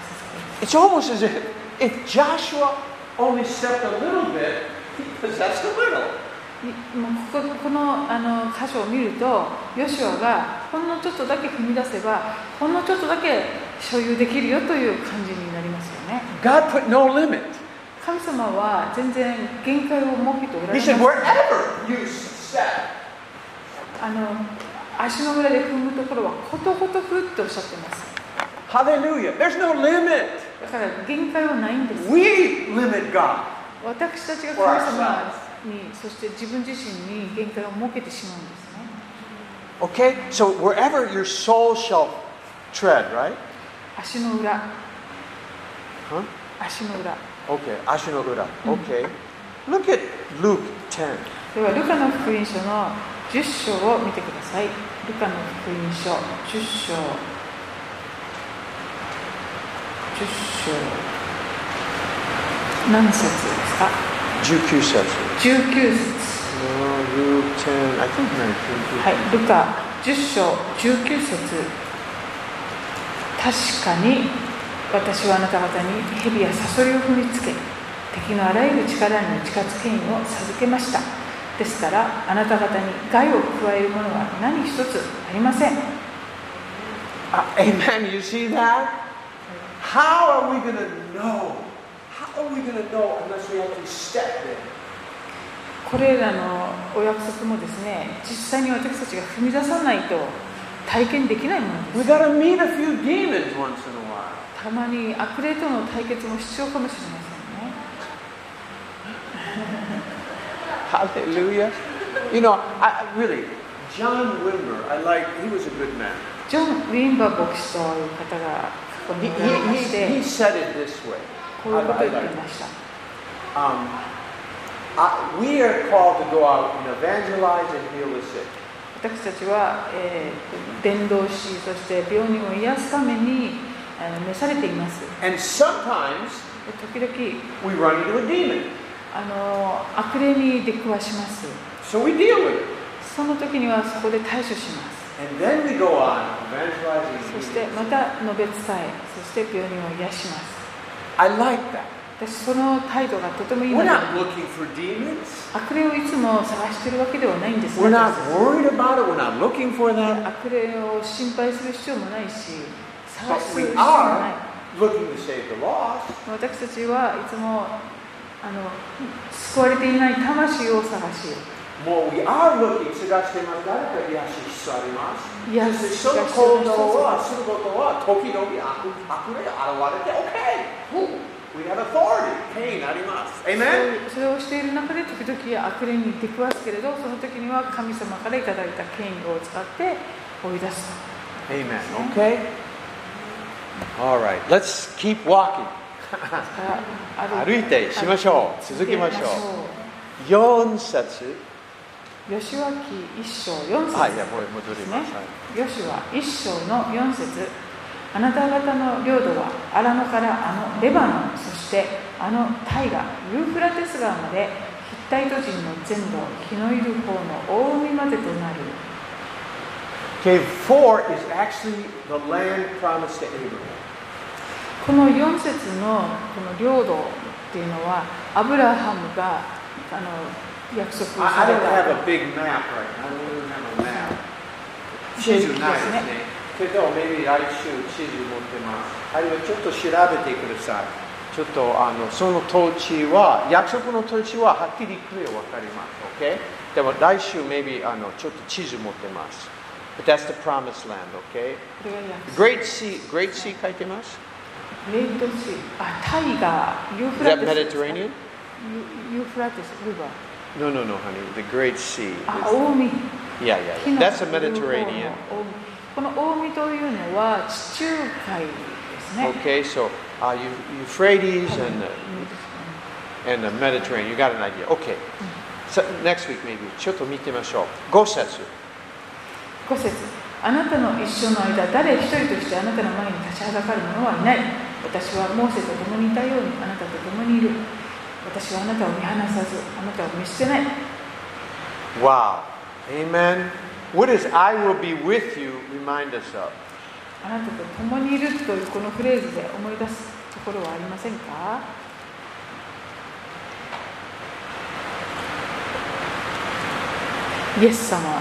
Speaker 2: 切で
Speaker 1: It's
Speaker 2: す。
Speaker 1: almost as if, if Joshua only stepped a little bit, he possessed a little.
Speaker 2: いもうこここのあの箇所を見るとヨシュアがほんのちょっとだけ踏み出せばほんのちょっとだけ所有できるよという感じになりますよね
Speaker 1: God put no limit.
Speaker 2: 神様は全然限界を設けてお
Speaker 1: He
Speaker 2: られ
Speaker 1: said,
Speaker 2: ます
Speaker 1: wherever you step,
Speaker 2: あの足の裏で踏むところはことごとくっておっしゃってます
Speaker 1: hallelujah. There's no limit.
Speaker 2: だから限界はないんです
Speaker 1: We limit God.
Speaker 2: 私たちが神様にそして自分自身に限界を設けてしまうんですね
Speaker 1: Okay? So wherever your soul shall tread, right?
Speaker 2: 足の裏
Speaker 1: Huh?
Speaker 2: 足の裏
Speaker 1: Okay, Ashinogura. Okay. Look at Luke 10.
Speaker 2: ではルカの福音書の10章を見てくださいルカの福音書10章10章何節ですか
Speaker 1: 19 section.
Speaker 2: 19節
Speaker 1: No, Luke 10. I think 19.
Speaker 2: はい、ルカ10章19節確かに私はあなた方に蛇やサソリを踏みつけ敵のあらゆる力に打ち勝つ権威を授けましたですからあなた方に害を加えるものは何一つありません
Speaker 1: Uh, amen. You see that? How are we going to know? How are we going to know unless we actually step there?
Speaker 2: ここれらのお約束もですね実際に私たちが踏み出さないと体験できないもので
Speaker 1: We
Speaker 2: す
Speaker 1: gotta meet a few demons once in a while.
Speaker 2: たまに悪霊との対決も必要かもしれませんね
Speaker 1: Hallelujah. You know, I I- really, John Wimber, I like, he was a good man.
Speaker 2: ジョン・ウィンバー牧師という方が過去
Speaker 1: He,
Speaker 2: におられまし
Speaker 1: he,
Speaker 2: て
Speaker 1: he, he said it this way.
Speaker 2: こういうことを
Speaker 1: I- I
Speaker 2: 言って
Speaker 1: like
Speaker 2: いました
Speaker 1: Um, I, we are called to go out and evangelize and heal the sick.
Speaker 2: 私たちは、えー伝道師そして病人を癒すためにあの召されています
Speaker 1: And sometimes
Speaker 2: で時々
Speaker 1: we run into a demon.
Speaker 2: あの悪霊に出くわします
Speaker 1: So we deal with it.
Speaker 2: その時にはそこで対処します
Speaker 1: And then we go on evangelizing.
Speaker 2: そ
Speaker 1: and
Speaker 2: して
Speaker 1: healing.
Speaker 2: また述べ伝えそして病人を癒します
Speaker 1: I like that.
Speaker 2: 私その態度がとてもいいの
Speaker 1: We're
Speaker 2: で
Speaker 1: not looking for demons.
Speaker 2: 悪霊をいつも探してるわけではないんです
Speaker 1: We're
Speaker 2: 私
Speaker 1: not worried about it. We're not looking for that.
Speaker 2: 悪霊を心配する必要もないし探
Speaker 1: But
Speaker 2: す
Speaker 1: we
Speaker 2: 必要もない
Speaker 1: are looking to save the lost.
Speaker 2: 私たちはいつもあの救われていない魂を探し
Speaker 1: More we are looking. 探してます誰か癒しされます。
Speaker 2: 癒
Speaker 1: そして
Speaker 2: し
Speaker 1: その
Speaker 2: が必要
Speaker 1: 行
Speaker 2: な人
Speaker 1: 動
Speaker 2: 々
Speaker 1: は、することは、時々悪悪霊現れて、OK! We have authority! 権威になります。Amen?
Speaker 2: それをしている中で時々悪霊に出くわすけれどその時には神様からいただいた権威を使って追い出す
Speaker 1: Amen. Okay? All right. Let's keep walking.
Speaker 2: だから
Speaker 1: 歩いてしましょう続けましょう4節。
Speaker 2: う吉脇一章四節
Speaker 1: あ、いや、もう戻ります。はい
Speaker 2: ヨシュア一章の4節あなた方の領土はアラノからあのレバノンそしてあのタイガユーフラテス川までヒッタイト人の全土日のいる方の大海までとなる
Speaker 1: Okay, 4 is actually the land promised to Abraham.
Speaker 2: この4節のこの領土っていうのはアブラハムがあの約束
Speaker 1: I,
Speaker 2: さ
Speaker 1: I
Speaker 2: れ
Speaker 1: don't have
Speaker 2: た
Speaker 1: a big map right now. I don't even have a map. 地図ないですね
Speaker 2: 地。
Speaker 1: それとも、maybe 来週地図持ってます。あるいはちょっと調べてください。ちょっとあのその土地は、約束の土地ははっきりクリア分かります。Okay? でも来週、maybe あのちょっと地図持ってます。But that's the promised land, okay?
Speaker 2: これが約束
Speaker 1: Great Sea, Great Sea 書いてます
Speaker 2: レイトシーあタイガユー
Speaker 1: Is
Speaker 2: フラ
Speaker 1: that
Speaker 2: テスですね
Speaker 1: Mediterranean?
Speaker 2: ユユーフラテスリバー
Speaker 1: No, no, no, honey. The Great Sea.
Speaker 2: あ
Speaker 1: is-
Speaker 2: 大海
Speaker 1: Yeah, yeah,
Speaker 2: 火
Speaker 1: yeah.
Speaker 2: の
Speaker 1: That's the Mediterranean.
Speaker 2: この大海というのは地中海ですね。
Speaker 1: Okay, so uh, Eu- Euphrates and uh, and the Mediterranean. You got an idea. Okay. So next week maybe. ちょっと見てみましょう。5節。
Speaker 2: 五節あなたの一生の間、誰一人としてあなたの前に立ちはだかる者はいない。私はモーセと共にいたようにあなたと共にいる。私はあなたを見放さず、あなたを見捨てない。
Speaker 1: Wow. Amen. What is I will be with you remind us of?
Speaker 2: あなたと共にいるというこのフレーズで思い出すところはありませんかイエス様。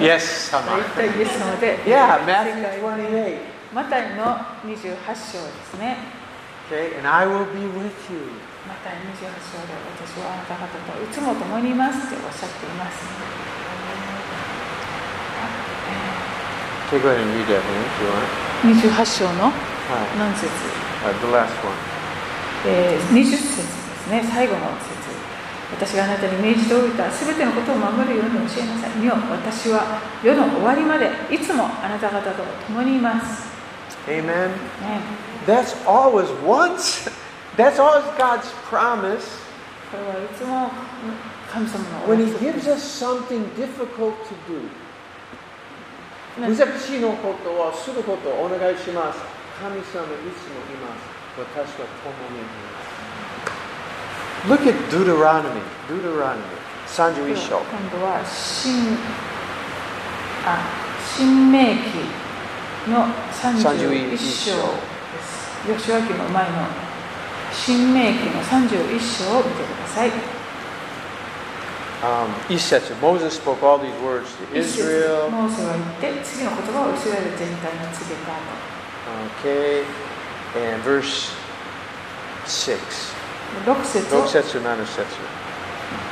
Speaker 1: Yes,
Speaker 2: 大
Speaker 1: Sama.
Speaker 2: 体イエス様で
Speaker 1: Yeah,
Speaker 2: 世
Speaker 1: Matthew
Speaker 2: 界
Speaker 1: 28.
Speaker 2: マタイの28章ですね
Speaker 1: Okay, and I will be with you.
Speaker 2: マタイ28章で私はあなた方といつも共にいますっておっしゃっています
Speaker 1: Okay, go ahead and read that one if you want.
Speaker 2: 28章の
Speaker 1: Hi.
Speaker 2: 何節、
Speaker 1: Uh, the last one.
Speaker 2: えー20節ですね最後の節私があなたに命じておいたすべてのことを守るように教えなさい見よ私は世の終わりまでいつもあなた方と共にいます、
Speaker 1: Amen.
Speaker 2: ね、
Speaker 1: That's always once. That's always God's promise.
Speaker 2: これはいつも神様のお
Speaker 1: When
Speaker 2: 約
Speaker 1: He gives
Speaker 2: 束
Speaker 1: us something difficult to do,
Speaker 2: な
Speaker 1: 難しいのことをすることをお願いします。神様いつもいます。私は共にいます。Look at Deuteronomy. Deuteronomy. 31
Speaker 2: 今
Speaker 1: 章。
Speaker 2: 度は新あ新明記の31
Speaker 1: 31章
Speaker 2: 章です吉脇の前の新明記の31章を見てください
Speaker 1: Um, 一節。Moses spoke all these words to
Speaker 2: 一節
Speaker 1: Israel.
Speaker 2: モーセは言って次の言葉をイスラエル全体に告げた
Speaker 1: Okay. And verse 6.
Speaker 2: と6節を
Speaker 1: 6節、7節。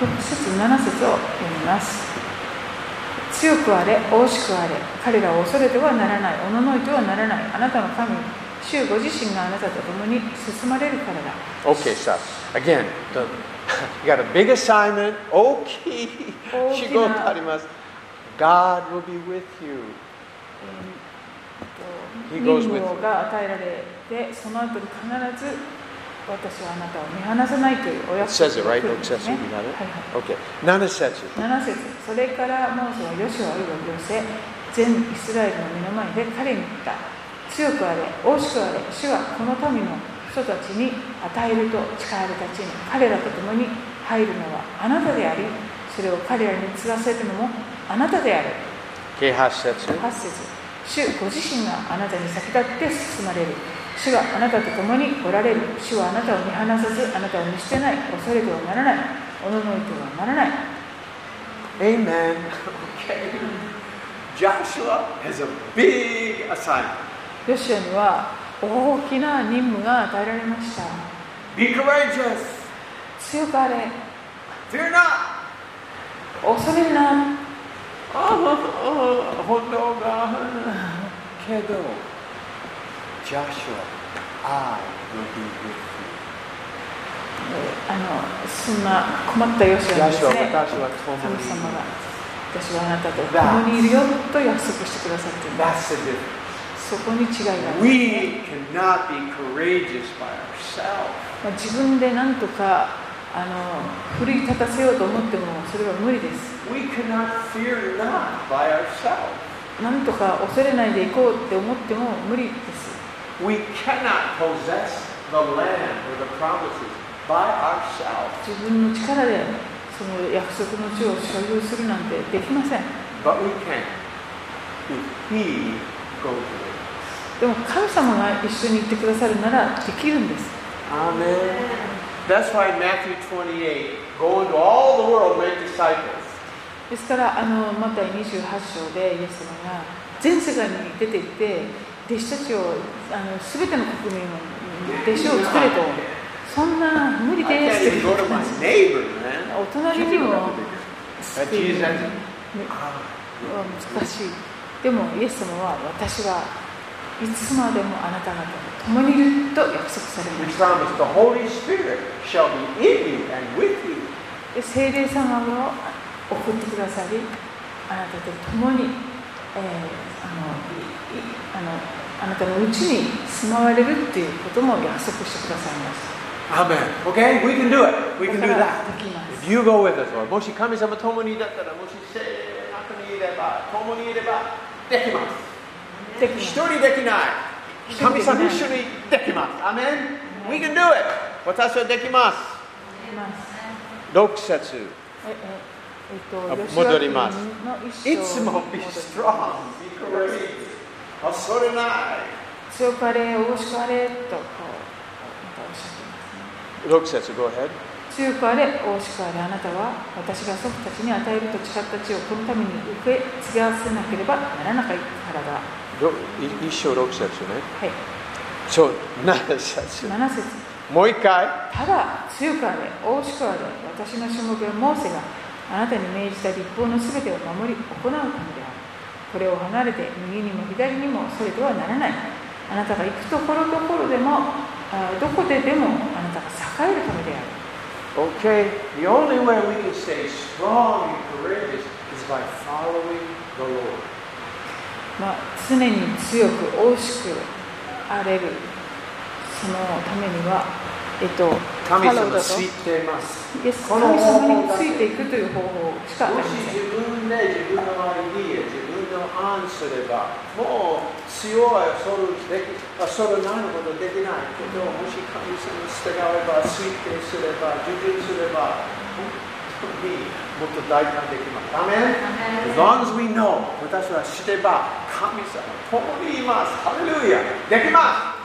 Speaker 2: 6節7節を読みます強くあれ惜しくあれ彼らを恐れてはならないおののいてはならないあなたの神主ご自身があなたと共に進まれるからだ
Speaker 1: Okay, stop. Again, the, *laughs* you got a big assignment. Okay. Shigo tarimasu. God will be with you.
Speaker 2: え
Speaker 1: He
Speaker 2: ーっ
Speaker 1: goes
Speaker 2: と
Speaker 1: with
Speaker 2: 任務が与えられてその後に必ず私はあなたを見放さないというお
Speaker 1: It
Speaker 2: 約
Speaker 1: says
Speaker 2: 束
Speaker 1: it, right?
Speaker 2: が来るん
Speaker 1: It
Speaker 2: です
Speaker 1: says
Speaker 2: ね
Speaker 1: it. You got
Speaker 2: はい
Speaker 1: it?
Speaker 2: はい
Speaker 1: Okay. Nanasetsu.
Speaker 2: 7節それからモーセはヨシュアを呼び寄せ全イスラエルの目の前で彼に言った強くあれ惜しくあれ主はこの民の人たちに与えると誓われた地に彼らと共に入るのはあなたでありそれを彼らに継がせるのもあなたである
Speaker 1: Keihasetsu.
Speaker 2: 8節主ご自身があなたに先立って進まれる主があなたと共におられる主はあなたを見放さずあなたを見捨てない恐れてはならないおののいてはならない
Speaker 1: Amen. *laughs* Okay. Joshua has a big assignment.
Speaker 2: ヨシュアには大きな任務が与えられました
Speaker 1: Be courageous.
Speaker 2: 強くあれ
Speaker 1: Fear not. *sighs*
Speaker 2: 恐れるな
Speaker 1: Oh, Hondo ga. Kedo. Joshua, I will be with
Speaker 2: あのそんな困ったヨシ
Speaker 1: you.
Speaker 2: ュアにです
Speaker 1: Joshua,
Speaker 2: ね
Speaker 1: watashi wa
Speaker 2: 神
Speaker 1: tomo
Speaker 2: 様
Speaker 1: ni.
Speaker 2: が私はあなたと共にいるよと約束してくださっています
Speaker 1: That's the difference.
Speaker 2: そこに違いがある、ね
Speaker 1: We cannot be courageous by ourselves.
Speaker 2: まあ、自分で何とかあの奮い立たせようと思ってもそれは無理です
Speaker 1: We cannot fear not by ourselves.
Speaker 2: 何とか恐れないでいこうって思っても無理です
Speaker 1: We cannot possess the land or the promises by ourselves.
Speaker 2: 自分の力でその約束の地を所有するなんてできません
Speaker 1: But we can if He goes with us.
Speaker 2: でも神様が一緒に行ってくださるならできるんです
Speaker 1: Amen. That's why Matthew 28, go into all the world, make disciples.
Speaker 2: ですからあのマタイ28章でイエス様が全世界に出て行って弟子たちをあの全ての国民の弟子を作れとそんな無
Speaker 1: I
Speaker 2: 理で
Speaker 1: can't
Speaker 2: すって
Speaker 1: even go to my neighbor, man.
Speaker 2: お隣にも救いは難しいでもイエス様は私はいつまでもあなた方と共にいると約束され
Speaker 1: We
Speaker 2: ました
Speaker 1: promise the Holy Spirit shall be in you and with you.
Speaker 2: で聖霊様を送ってくださりあなたと共に、えーあのいあのあなたのうちに住まわれるっていうことも約束してくださいまし
Speaker 1: Amen. Okay? We can do it. We
Speaker 2: た
Speaker 1: can do
Speaker 2: だから
Speaker 1: that.
Speaker 2: できます
Speaker 1: If you go with us, Lord, もし神様共にだったら、もし聖霊が中にいれば、共にいれば、できます。
Speaker 2: でき
Speaker 1: 一
Speaker 2: ます
Speaker 1: 人できない。神様一緒
Speaker 2: で
Speaker 1: にできます。アメン。We can do it. 私はできます。
Speaker 2: きます
Speaker 1: 6節
Speaker 2: えええっと
Speaker 1: あ
Speaker 2: ヨシュア記
Speaker 1: 戻ります
Speaker 2: の一
Speaker 1: いつ
Speaker 2: 章
Speaker 1: も be
Speaker 2: 戻ります
Speaker 1: strong, be courageous. Oh, 恐れない。
Speaker 2: 強くあれ大しくあれとこうなんかおっしゃってますね
Speaker 1: 6節 go ahead.
Speaker 2: 強くあれ、大しくあれ、あなたは私が祖父たちに与えると誓った地をこのために受け継がせなければならなかったからだ。は
Speaker 1: ろい一章6節ね。
Speaker 2: い、
Speaker 1: そう、7節。 *laughs*
Speaker 2: 7節
Speaker 1: もう一回。
Speaker 2: ただ、強くあれ、大しくあれ、私の種目はモーセがあなたに命じた立法のすべてを守り行うためである。これを離れて右にも左にもそれてはならない。あなたが行くところどころでも、あどこででもあなたが栄えるためである。
Speaker 1: Okay, the only way we can stay strong and courageous is by following the Lord.
Speaker 2: まあ、常に強く大しくあれるそのためには、えっと、
Speaker 1: 神
Speaker 2: フ
Speaker 1: 様
Speaker 2: ァローだと
Speaker 1: ついています。
Speaker 2: イエス
Speaker 1: こ
Speaker 2: 神
Speaker 1: の方法
Speaker 2: 様についていくという方法しかあり
Speaker 1: も
Speaker 2: ま
Speaker 1: し
Speaker 2: せん
Speaker 1: 自分で自分のアイディア、自分の案すれば、もう強い恐れで恐れないことできないけど、もし神様に従えば、ついてすれば、受験すれば、本当にもっと大事なできます。アメン As long as we know, 私は知れば、神様共にいます。ハレルヤできます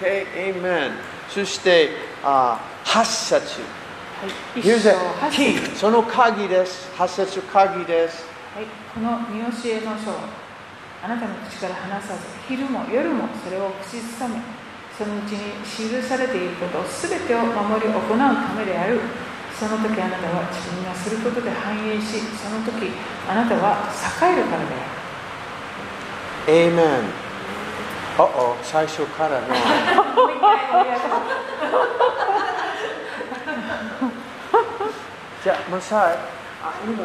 Speaker 1: Okay, amen. そして、あ8節。
Speaker 2: はい、一
Speaker 1: Here's
Speaker 2: 章
Speaker 1: a
Speaker 2: 八節
Speaker 1: key. その鍵です。発節鍵です。
Speaker 2: はい、この見教えの書をあなたの口から離さず昼も夜もそれを口ずさめそのうちに記されていることすべてを守り行うためであるその時あなたは自分がすることで繁栄しその時あなたは栄えるからである
Speaker 1: Amen. Uh-oh, 最初からの。じゃあ、もうさ、あ、今、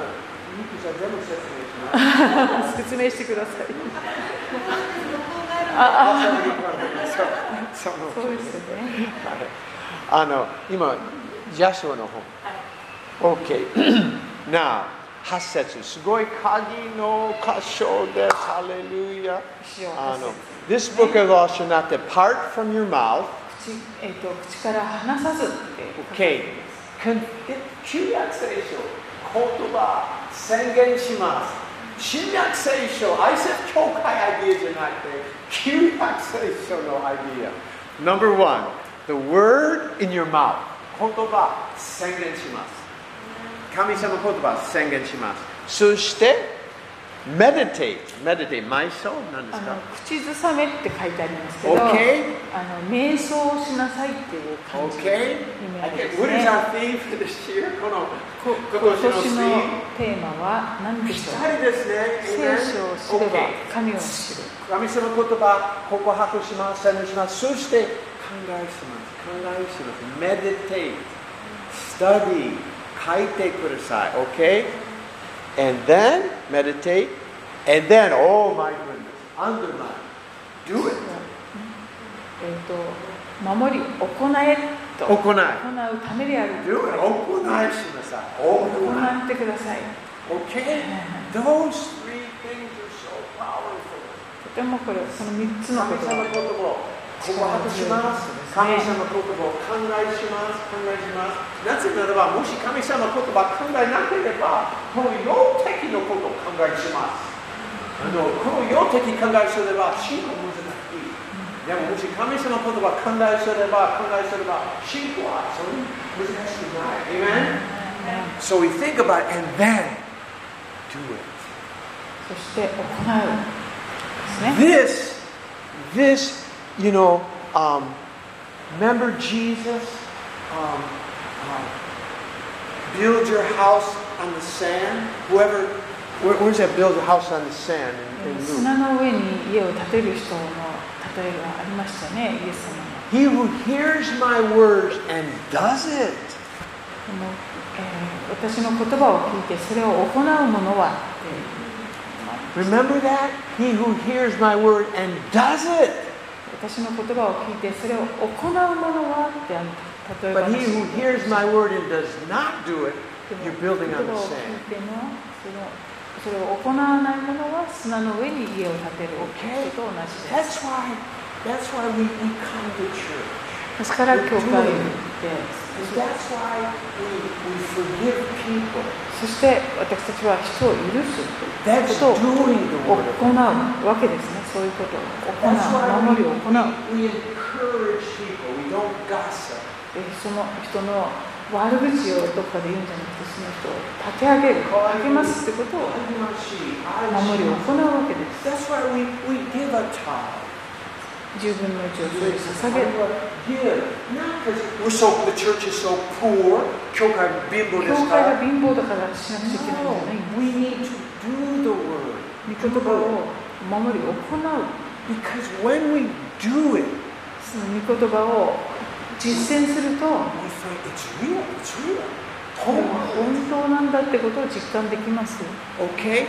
Speaker 1: ミキちゃん全部説明します。
Speaker 2: 説明してください。
Speaker 1: そう、そう。
Speaker 2: そうですよね。
Speaker 1: あの今、ジャシュアの本。OK。なあ、8節すごい鍵の箇所です。ハレルヤ。
Speaker 2: 口を
Speaker 1: あの
Speaker 2: 発、
Speaker 1: This book of law shall not depart from your mouth.
Speaker 2: せ口えっと口から離さずって書かれてい
Speaker 1: OK。con- え旧約聖書、言葉、宣言します。新約聖書、愛せ教会アイディアじゃなくて、旧約聖書のアイディア。Number one, the word in your mouth. 言葉、宣言します。神様言葉、宣言します。そして、meditate。meditate、埋葬なんで
Speaker 2: ますす
Speaker 1: か
Speaker 2: あの口ずさめって書いてありますけど、
Speaker 1: ?OK?
Speaker 2: あの瞑想をしなさいっていう感じの
Speaker 1: Okay.
Speaker 2: 意味合い
Speaker 1: Okay,
Speaker 2: です
Speaker 1: What is
Speaker 2: ね。
Speaker 1: our theme for this year? この
Speaker 2: こ
Speaker 1: 今
Speaker 2: 今
Speaker 1: 年の
Speaker 2: 年
Speaker 1: シー
Speaker 2: の
Speaker 1: ン
Speaker 2: テーマは何で
Speaker 1: ぴっ
Speaker 2: しょう
Speaker 1: たりですね。
Speaker 2: 聖書を知れば神を知る。
Speaker 1: Okay. 神様の言葉、告白します、宣言します。そして考えします。考えします。Meditate, study, 書いてください。Okay? And then meditate. And then, oh my goodness, underline. Do it.
Speaker 2: えっと守り行えと
Speaker 1: 行い
Speaker 2: 行うためである。
Speaker 1: Do it. 行いしなさい。行い。
Speaker 2: 行ってください。
Speaker 1: Okay? Those three things are so powerful.
Speaker 2: とてもこれその三つ
Speaker 1: 神様
Speaker 2: のこと
Speaker 1: の
Speaker 2: が
Speaker 1: 言葉を告白します。神様の言葉を考えします。考えします。なぜならば、もし神様の言葉を考えなければ、この世的のことを考えします。あのこの世的考えすれば、信仰難しい。でも、もし神様の言葉を考えすれば、考えすれば、信仰はそれ難しくない。Amen? So we think about it and then do it.
Speaker 2: そして行うです
Speaker 1: This,
Speaker 2: ね。
Speaker 1: this, you know, um, remember Jesus? Um, um, build your house on the sand. Whoever, where, where's that build a house on the sand in, in
Speaker 2: 砂
Speaker 1: Luke?
Speaker 2: の上に家を建てる人の例えがありましたね、イエス様の。
Speaker 1: He who hears my words and does it.
Speaker 2: このえー私の言葉を聞いてそれを行う者はっていう
Speaker 1: Remember that? He who hears my word and does it.
Speaker 2: 私の言葉を聞いてそれを行う者はってあの例え
Speaker 1: But
Speaker 2: ば
Speaker 1: he who hears my word and does not do it,
Speaker 2: でも
Speaker 1: you're building on
Speaker 2: 言
Speaker 1: the
Speaker 2: 葉を聞
Speaker 1: sand.
Speaker 2: いてもそのそれを行わない者は砂の上に家を建てる人と同じで
Speaker 1: That's
Speaker 2: す。
Speaker 1: why, that's why we, we come to church.
Speaker 2: ですから教会に行って
Speaker 1: And that's why we, we forgive people.
Speaker 2: そして私たちは人を許すという
Speaker 1: That's
Speaker 2: ことを
Speaker 1: doing the word of
Speaker 2: 行
Speaker 1: God.
Speaker 2: うわけですねそういうことを行
Speaker 1: That's
Speaker 2: う
Speaker 1: why
Speaker 2: 守
Speaker 1: we,
Speaker 2: りを行う
Speaker 1: we, we encourage people. We don't gossip.
Speaker 2: でその人の悪口をどっかで言うんじゃなくてその人を立て上げる励ますってことを
Speaker 1: I'm not she.
Speaker 2: 守りを
Speaker 1: I'm
Speaker 2: 行うわけで
Speaker 1: That's
Speaker 2: す
Speaker 1: why we, we give a tithe.
Speaker 2: 十分の一をそれに捧げる
Speaker 1: Give. Not because we're so, the church is so poor.
Speaker 2: 教会が
Speaker 1: 教会貧乏ですから。
Speaker 2: 貧乏だからしなくちゃいけないんじゃない
Speaker 1: No, we need to do the word.
Speaker 2: 御言葉を守り行う
Speaker 1: Because when we do it,
Speaker 2: その御言葉を実践する
Speaker 1: we think
Speaker 2: と
Speaker 1: it's real, it's real.
Speaker 2: 本
Speaker 1: Home,
Speaker 2: 当なんだってことを実感できます
Speaker 1: okay?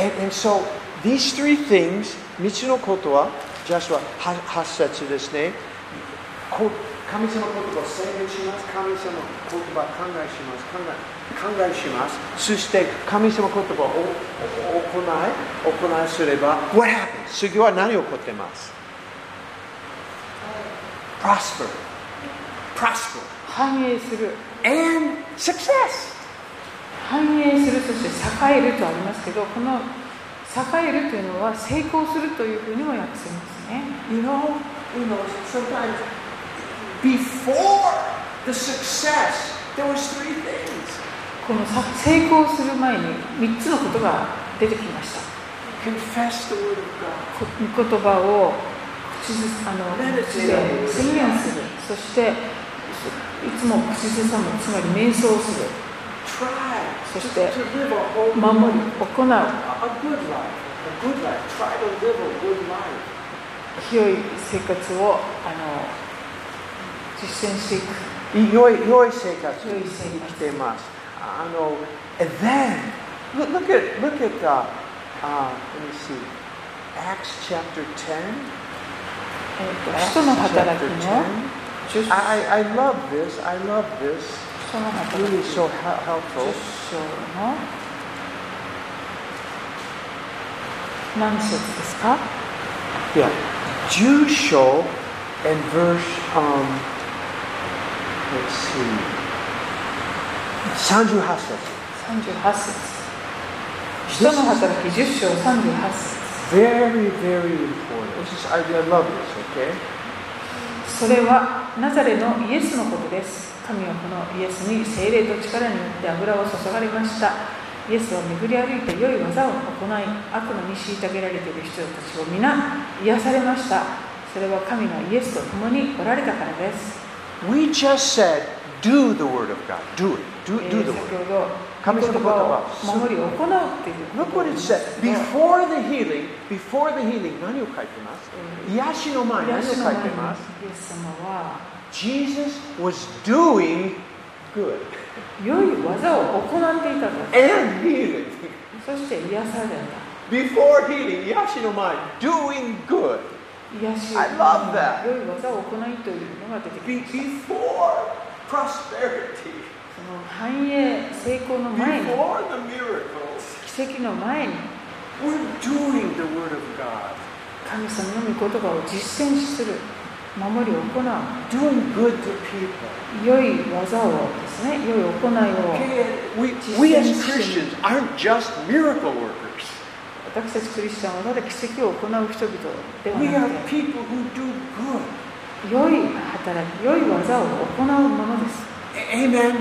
Speaker 1: And, and so these three things, 3つのことは、Joshua は8節ですね。こ神様の言葉を宣言します。神様の言葉を考えします。考え考えします。そして神様の言葉をおお行い、行いすれば、What happens? 次は何起こってます ?Prosper. Prosper.
Speaker 2: 繁栄する
Speaker 1: and success.
Speaker 2: 繁栄するそして栄えるとありますけどこの栄えるというのは成功するというふうにも訳せますね
Speaker 1: You know, you know, sometimes before the success, there was three things.
Speaker 2: このさ成功する前に3つのことが出てきました
Speaker 1: Confess the word of God.
Speaker 2: こ御言葉を口ずあの
Speaker 1: Meditate
Speaker 2: 口で宣言するそしていつも口ずさむ、つまり瞑想をする、
Speaker 3: Try to,
Speaker 2: そして、
Speaker 3: to live a whole
Speaker 2: 守り、
Speaker 3: life,
Speaker 2: 行う
Speaker 3: a a good life, a good life. Try to live a good life.
Speaker 2: 清い生活をあの実践していく。
Speaker 1: 良い良い生活
Speaker 2: 良い
Speaker 1: に
Speaker 2: 生活
Speaker 1: 生きています。あの、and Ah, then, look, look at, look at, uh, uh, let me see, Acts chapter 10.
Speaker 2: えーと
Speaker 1: Acts
Speaker 2: 使徒の
Speaker 1: chapter
Speaker 2: 働きの10
Speaker 1: 10.
Speaker 2: 章
Speaker 1: I, I- I love this, I love this.
Speaker 2: 使徒の働き
Speaker 1: Really
Speaker 2: 10章
Speaker 1: so hel- helpful.
Speaker 2: の何節ですか
Speaker 1: Yeah. Jew show and verse um let's see. 38節
Speaker 2: ?38 節。使徒の働き10章38節。
Speaker 1: Very, very important. This is I, I love this, okay?
Speaker 2: それはナザレのイエスのことです。神はこのイエスに精霊と力によって油を注がれました。イエスは巡り歩いて良い技を行い、悪魔に虐げられている人たちを皆癒されました。それは神がイエスと共におられたからです。
Speaker 1: We just said do the word of God. Do it.
Speaker 2: え
Speaker 1: Do
Speaker 2: ー
Speaker 1: do the
Speaker 2: 先
Speaker 1: word.
Speaker 2: ほど、
Speaker 1: 神様の言葉
Speaker 2: 御を守り行うっていう
Speaker 1: Look what it said.
Speaker 2: ビフ
Speaker 1: Before the healing, before the healing, 何を書いてます癒しの前、何を書いてます
Speaker 2: イエス様は
Speaker 1: Jesus was doing good
Speaker 2: 良い技を行っていたんです。
Speaker 1: and healing.
Speaker 2: そして癒された。
Speaker 1: Before healing, Yashinomai, doing good.
Speaker 2: 癒し
Speaker 1: I love that.
Speaker 2: 良い技を行いというのが出てき
Speaker 1: Be-
Speaker 2: ました
Speaker 1: before prosperity,
Speaker 2: その繁栄成功の前に
Speaker 1: before the miracles,
Speaker 2: 奇跡の前に
Speaker 1: we're doing the Word of God.
Speaker 2: 神様の御言葉を実践する守りを行う
Speaker 1: Doing good to people.
Speaker 2: 良い技をですね良い行いを
Speaker 1: Okay, we, we as Christians aren't just miracle workers.
Speaker 2: 私たちクリスチャンはただ奇跡を行う人々で
Speaker 1: We
Speaker 2: は
Speaker 1: are
Speaker 2: なくて
Speaker 1: people who do good.
Speaker 2: 良い働き良い技を行うものです
Speaker 1: A- Amen.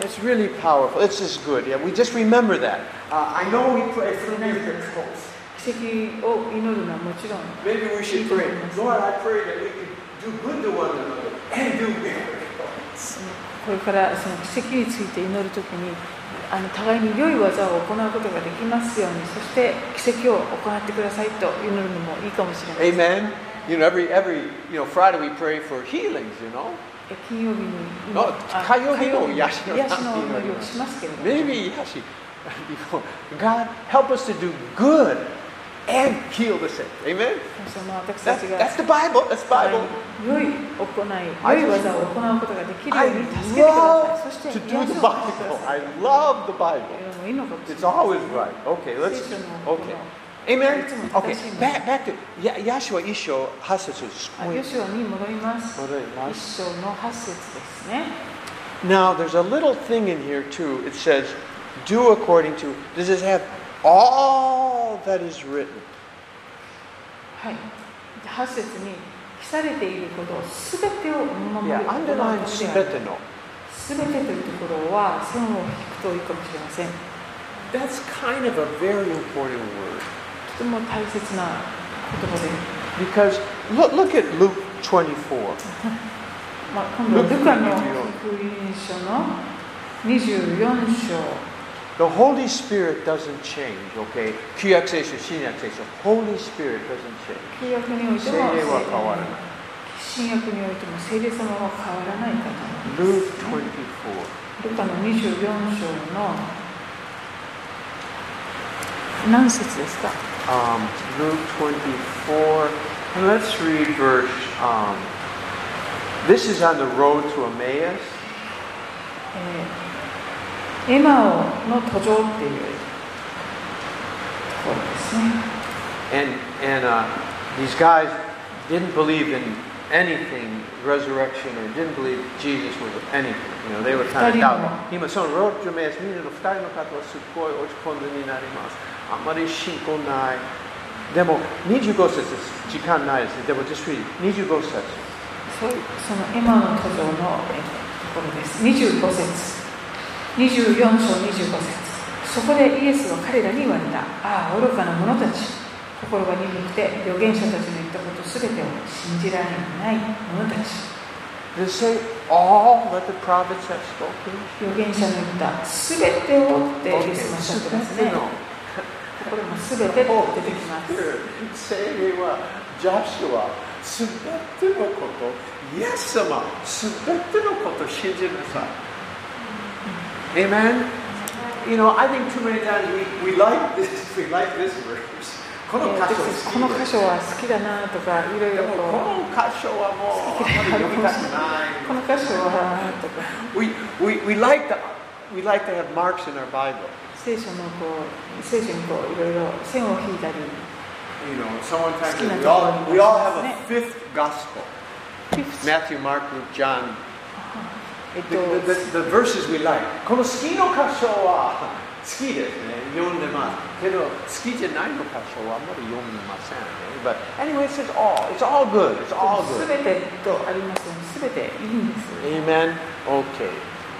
Speaker 1: It's really powerful. It's just good. Yeah, we just remember that. Uh, I know we pray for miracles.
Speaker 2: 奇跡を祈るのはもちろん
Speaker 1: Maybe we should pray, Lord, I pray that we can do good to one another and do miracles.
Speaker 2: これからその奇跡について祈るときにあの互いに良い技を行うことができますようにそして奇跡を行ってくださいと祈るのもいいかもしれません
Speaker 1: Amen. You know, every every you know Friday we pray for healings. You know,
Speaker 2: え金曜日に
Speaker 1: あ
Speaker 2: あ
Speaker 1: 火曜日の
Speaker 2: 火
Speaker 1: 癒しの
Speaker 2: 癒しの祈りをしますけれども
Speaker 1: maybe Yashi, you know, God help us to do good and heal the sick. Amen.
Speaker 2: その私た
Speaker 1: That's,
Speaker 2: ちが
Speaker 1: that's the Bible. That's the
Speaker 2: 互い
Speaker 1: Bible.
Speaker 2: に良い行
Speaker 1: I
Speaker 2: い
Speaker 1: just-
Speaker 2: 良い技を行うことができるよ
Speaker 1: I
Speaker 2: うに助けてください
Speaker 1: love
Speaker 2: そ
Speaker 1: to
Speaker 2: し
Speaker 1: do
Speaker 2: て癒し
Speaker 1: the
Speaker 2: を
Speaker 1: Bible. I love the Bible.
Speaker 2: もいいのかもしれ
Speaker 1: It's
Speaker 2: ま
Speaker 1: always right. Okay, let's.
Speaker 2: 聖書の
Speaker 1: Okay. Amen. Okay,
Speaker 2: いつも正しいもの。
Speaker 1: back, back to Ya- Yahshua Isho
Speaker 2: せんあヨ
Speaker 1: Hasetsu's
Speaker 2: シュアに戻ります
Speaker 1: 戻りま
Speaker 2: 一章の八節ですね
Speaker 1: Now, there's a little thing in here too. It says, do according to. Does this have all that is written?
Speaker 2: はい、8節に記されていることすべてをお守り
Speaker 1: Um, Yeah,
Speaker 2: を行うためで
Speaker 1: underline
Speaker 2: ある
Speaker 1: subetano.
Speaker 2: すべてというところは線を引くといいかもしれませんと
Speaker 1: That's kind of a very important word.
Speaker 2: ても大切な言葉で、
Speaker 1: Because look, look at Luke 24.
Speaker 2: まあ、今度はルカの
Speaker 1: 24
Speaker 2: 福音書の24章
Speaker 1: The Holy Spirit doesn't change, okay? 旧約聖書、新約聖書。Holy Spirit doesn't change.
Speaker 2: 旧約において
Speaker 1: 聖
Speaker 2: も
Speaker 1: 霊は変わらない
Speaker 2: 新約においても聖霊様は変わらない方
Speaker 1: Luke 24.
Speaker 2: ルカの24章の何節ですか
Speaker 1: um, Luke 24. And let's read verse. Um, this is on the road to Emmaus.
Speaker 2: えーエマオの途上っていうところですね。
Speaker 1: And, and uh, these guys didn't believe in anything, resurrection, or didn't believe Jesus was anything. You know, they were kind of
Speaker 2: 二人の。
Speaker 1: doubting. 今その road to Emmaus 見るの2人の方はすっごい落ち込んでになります。あんまり信仰ない。でも25節です。時間ないです。でも just read it. 25節。
Speaker 2: そういうそのエマの途上のえーところです。25節、24章25節。そこでイエスは彼らに言われた。ああ、愚かな者たち。心が鈍くて、預言者たちの言ったことすべてを信じられない者たち。
Speaker 1: They say all that the prophets have spoken.
Speaker 2: 預言者の言ったすべてをって
Speaker 1: Okay,
Speaker 2: イエスもおっしゃってますね。
Speaker 1: no.
Speaker 2: これもすべてを出てきます。
Speaker 1: 聖霊はジョシュはすべてのこと、イエス様すべてのことを信じなさい。Amen? You know, I think too many times we, we like this, we like this verse. こ
Speaker 2: え
Speaker 1: の
Speaker 2: ー
Speaker 1: 箇所
Speaker 2: 私この箇所は好きだなとかいろい
Speaker 1: で
Speaker 2: ろ
Speaker 1: もこ
Speaker 2: こ
Speaker 1: の箇所はもうあんまり読みたくない。
Speaker 2: うこの箇所はとか
Speaker 1: We, we, we, like to, we like to have marks in our Bible.
Speaker 2: 聖書のこう聖書にこういろいろ線を引いたり
Speaker 1: You know, someone types in-
Speaker 2: 好きなところ
Speaker 1: we all, we
Speaker 2: に
Speaker 1: all have a
Speaker 2: ね。
Speaker 1: fifth gospel
Speaker 2: フィフス
Speaker 1: Matthew, Mark, Luke, John.
Speaker 2: えっ
Speaker 1: The, the,
Speaker 2: と
Speaker 1: the, the verses we like. この好きの箇所は好きですね。読んでます。けど、好きじゃないの箇所はあんまり読みませんね。But eh, anyway, it says all. It's all good. It's all
Speaker 2: す
Speaker 1: good.
Speaker 2: べてとありますよね。すべていいんです。
Speaker 1: Amen. Okay.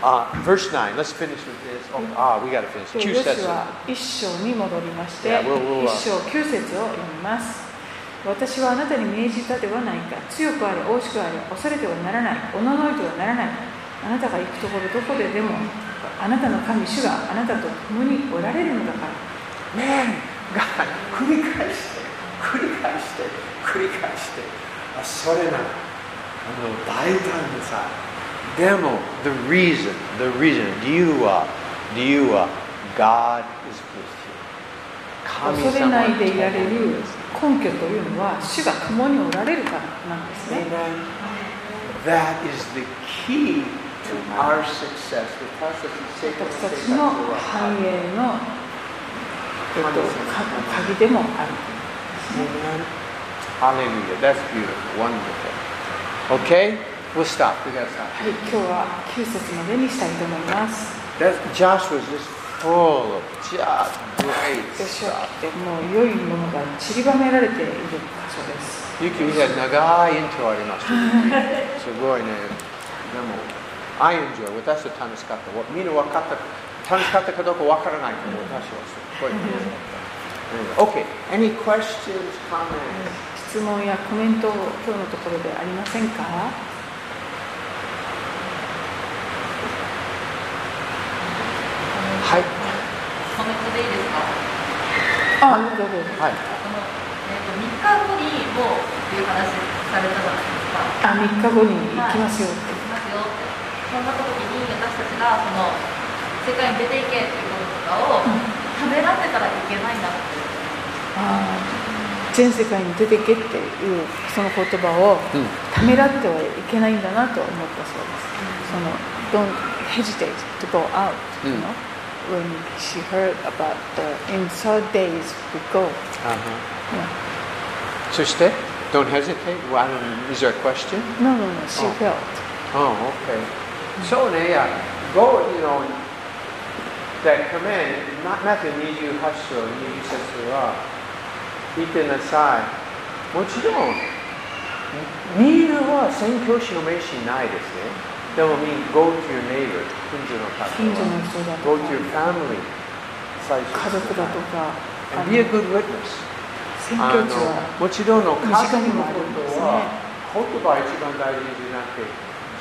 Speaker 1: Uh, verse 9. Let's finish with this. Oh, ah, we got to finish.
Speaker 2: で
Speaker 1: 9
Speaker 2: ヨシ
Speaker 1: 節。
Speaker 2: は一章に戻りまして、
Speaker 1: Yeah, we'll- we'll, uh,
Speaker 2: 一章九節を読みます。私はあなたに命じたではないか。強くあれ、大しくあれ、恐れてはならない。おののいてはならない。あなたが行くところどこででも、あなたの神主があなたと共におられるのだから。
Speaker 1: Man, God, 繰り返して、繰り返して、繰り返して。あそれなの。あの、大胆にさ。でも、the reason, the reason, you are, you are, God is with you.
Speaker 2: 恐れないでいられる
Speaker 1: 神様は
Speaker 2: 根拠というのは、主が共におられるからなんですね。
Speaker 1: Amen. That is the key to our success. 私たちの
Speaker 2: 私たち
Speaker 1: 成功
Speaker 2: の
Speaker 1: は
Speaker 2: 繁栄の、えっと、か鍵でもある。
Speaker 1: Amen. Hallelujah. That's beautiful. Wonderful. Okay? We'll stop. We gotta stop.
Speaker 2: はい、今日は9節までにしたいと思います。
Speaker 1: That Joshua's just full of just great
Speaker 2: ヨシュ
Speaker 1: stuff.
Speaker 2: アってもう良いものが散りばめられている箇所です。
Speaker 1: You can get Nagai into our So go in there. Demo. I enjoy. 私は楽しかった。みんな分かった。楽しかったかどうか分からないけど、私はすごい楽しかった。Anyway. Okay. Any questions, comments?
Speaker 2: 質問やコメント、今日のところでありませんか
Speaker 1: はい。
Speaker 4: コメントでいいですか
Speaker 2: あ、どうぞ。
Speaker 1: はい。
Speaker 4: この、えー、と3日後にもうっていう話されたじゃないですか
Speaker 2: あ、3日後に行きますよっ
Speaker 4: 行
Speaker 2: て。
Speaker 4: きますよってそんな時に私たちがその世界に出ていけっていうこととかを
Speaker 2: うん
Speaker 4: 食べらせたらいけないんだって
Speaker 2: あー全世界に出てけっていうその言葉を
Speaker 1: うん
Speaker 2: ためらってはいけないんだなと思ったそうです。その、don't hesitate to go out, you
Speaker 1: うん
Speaker 2: know, when she heard about the in third days we go.
Speaker 1: そして Uh-huh. Don't hesitate. Well, I don't, is there a question?
Speaker 2: No, no, no, she
Speaker 1: Oh.
Speaker 2: felt.
Speaker 1: Oh, okay. So, yeah, go, you know, that command, not Matthew 28章、27節は、見てなさい。もちろん、見るは宣教師の名詞ないですね。でも、み go to your neighbor、近所の方。
Speaker 2: 近所の人だと
Speaker 1: go
Speaker 2: か
Speaker 1: to your family、最初。
Speaker 2: 家族だとか、あ
Speaker 1: And
Speaker 2: の
Speaker 1: be a
Speaker 2: 選
Speaker 1: good witness. あ
Speaker 2: 挙
Speaker 1: の
Speaker 2: 地は
Speaker 1: もちろんの家族のこと
Speaker 2: 身近にもあるんですね
Speaker 1: は言葉一番大事じゃなくて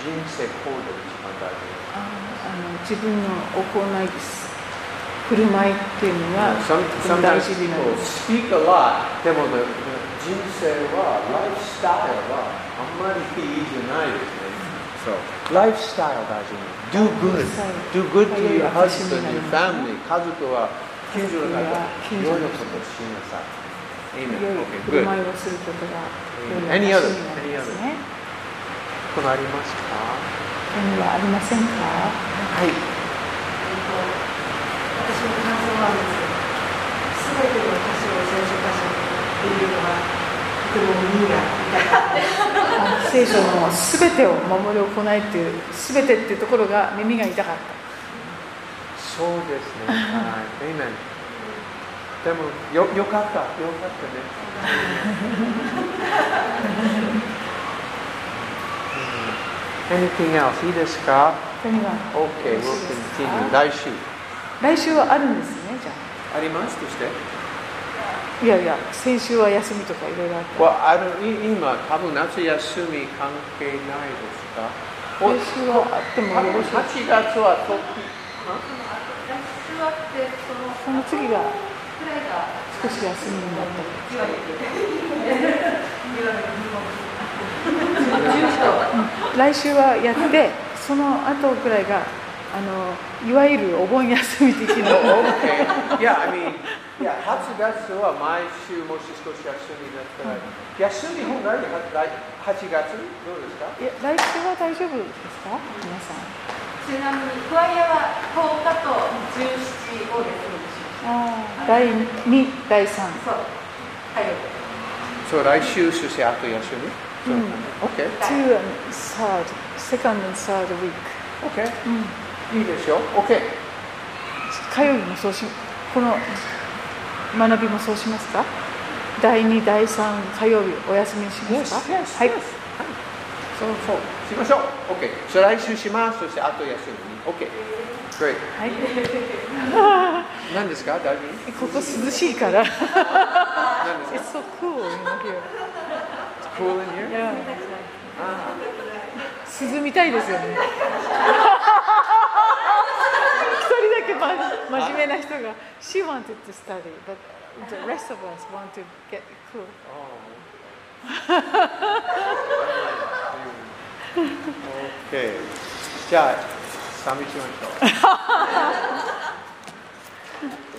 Speaker 1: 人生行動一番大事
Speaker 2: あの自分の行いです。振る舞いっていうのは
Speaker 1: Some-
Speaker 2: とても大
Speaker 1: sometimes
Speaker 2: 事になり
Speaker 1: people
Speaker 2: ます
Speaker 1: speak a lot でも、ね、人生はライフスタイルはあんまりいいじゃないですね、そうライフスタイル大事に do good do good to your husband your family 家族は近所の方良いことをしなさい Amen
Speaker 2: 良い
Speaker 1: Okay,
Speaker 2: 振
Speaker 1: good
Speaker 2: る舞いをすることが
Speaker 1: Any
Speaker 2: 良い
Speaker 1: other?
Speaker 2: 証になりますね。
Speaker 1: このありますか
Speaker 2: 他にはありませんか？
Speaker 1: はい
Speaker 5: えっと私の感想なんですけど全ての歌詞を聖書からっていうのはとても意味があって
Speaker 2: あの聖書のすべてを守り行いっていうすべてっていうところが耳が痛かっ
Speaker 1: そうですね。はい。Amen。でも、よ、よかった。よかったね。うん Anything else? いいですか
Speaker 2: た。他には
Speaker 1: ?Okay,
Speaker 2: よ
Speaker 1: we'll
Speaker 2: ろしいですか
Speaker 1: continue. 来週。
Speaker 2: 来週はありますねじゃあ。
Speaker 1: ありますとして
Speaker 4: い
Speaker 2: いやいや、先週は休みとかいろいろあった。
Speaker 1: Well, I don't, い今、多分夏休み関係ないですかお
Speaker 2: 先週はあっても
Speaker 1: 多
Speaker 2: よ
Speaker 1: 分
Speaker 2: ろしい。
Speaker 1: 8月はと
Speaker 4: 来週はってその
Speaker 2: その次が
Speaker 4: くらいが
Speaker 2: 少し休みになったり。
Speaker 4: *laughs*
Speaker 2: 来週はやって、その後くらいが、あの、いわゆるお盆休み的な。
Speaker 1: Okay. Yeah, I mean, yeah, 8月は毎週もし少し休みだったら、休み本来で8月どうですか
Speaker 2: いや来週は大丈夫ですか皆さん
Speaker 4: ちなみにクワイアは10日と17をです
Speaker 2: あー第2第3
Speaker 4: そう火曜日
Speaker 1: そう、来週、そしてあと休み。
Speaker 2: うん
Speaker 1: OK、
Speaker 2: 2 and third second and third week、
Speaker 1: OK、
Speaker 2: うん、
Speaker 1: いいでしょう。OK。
Speaker 2: 火曜日もそうしこの学びもそうしますか第2第3火曜日お休みにしますか
Speaker 1: Yes, yes,
Speaker 2: はい
Speaker 1: yes. そうそう、しましょう。OK。そう、来週します。そしてあと休み。OK。Great。
Speaker 2: はい、
Speaker 1: *laughs* 何ですか大丈
Speaker 2: えここ涼しいから It's
Speaker 1: 夫何ですか
Speaker 2: so cool in here
Speaker 1: ?Cool in here?
Speaker 2: や
Speaker 1: あ
Speaker 2: 涼みたいですよね一人だけ、ま、真面目な人が She wanted to study but the rest of us want to get cool
Speaker 1: あ。Oh. OK。じゃあ、寂しましょう。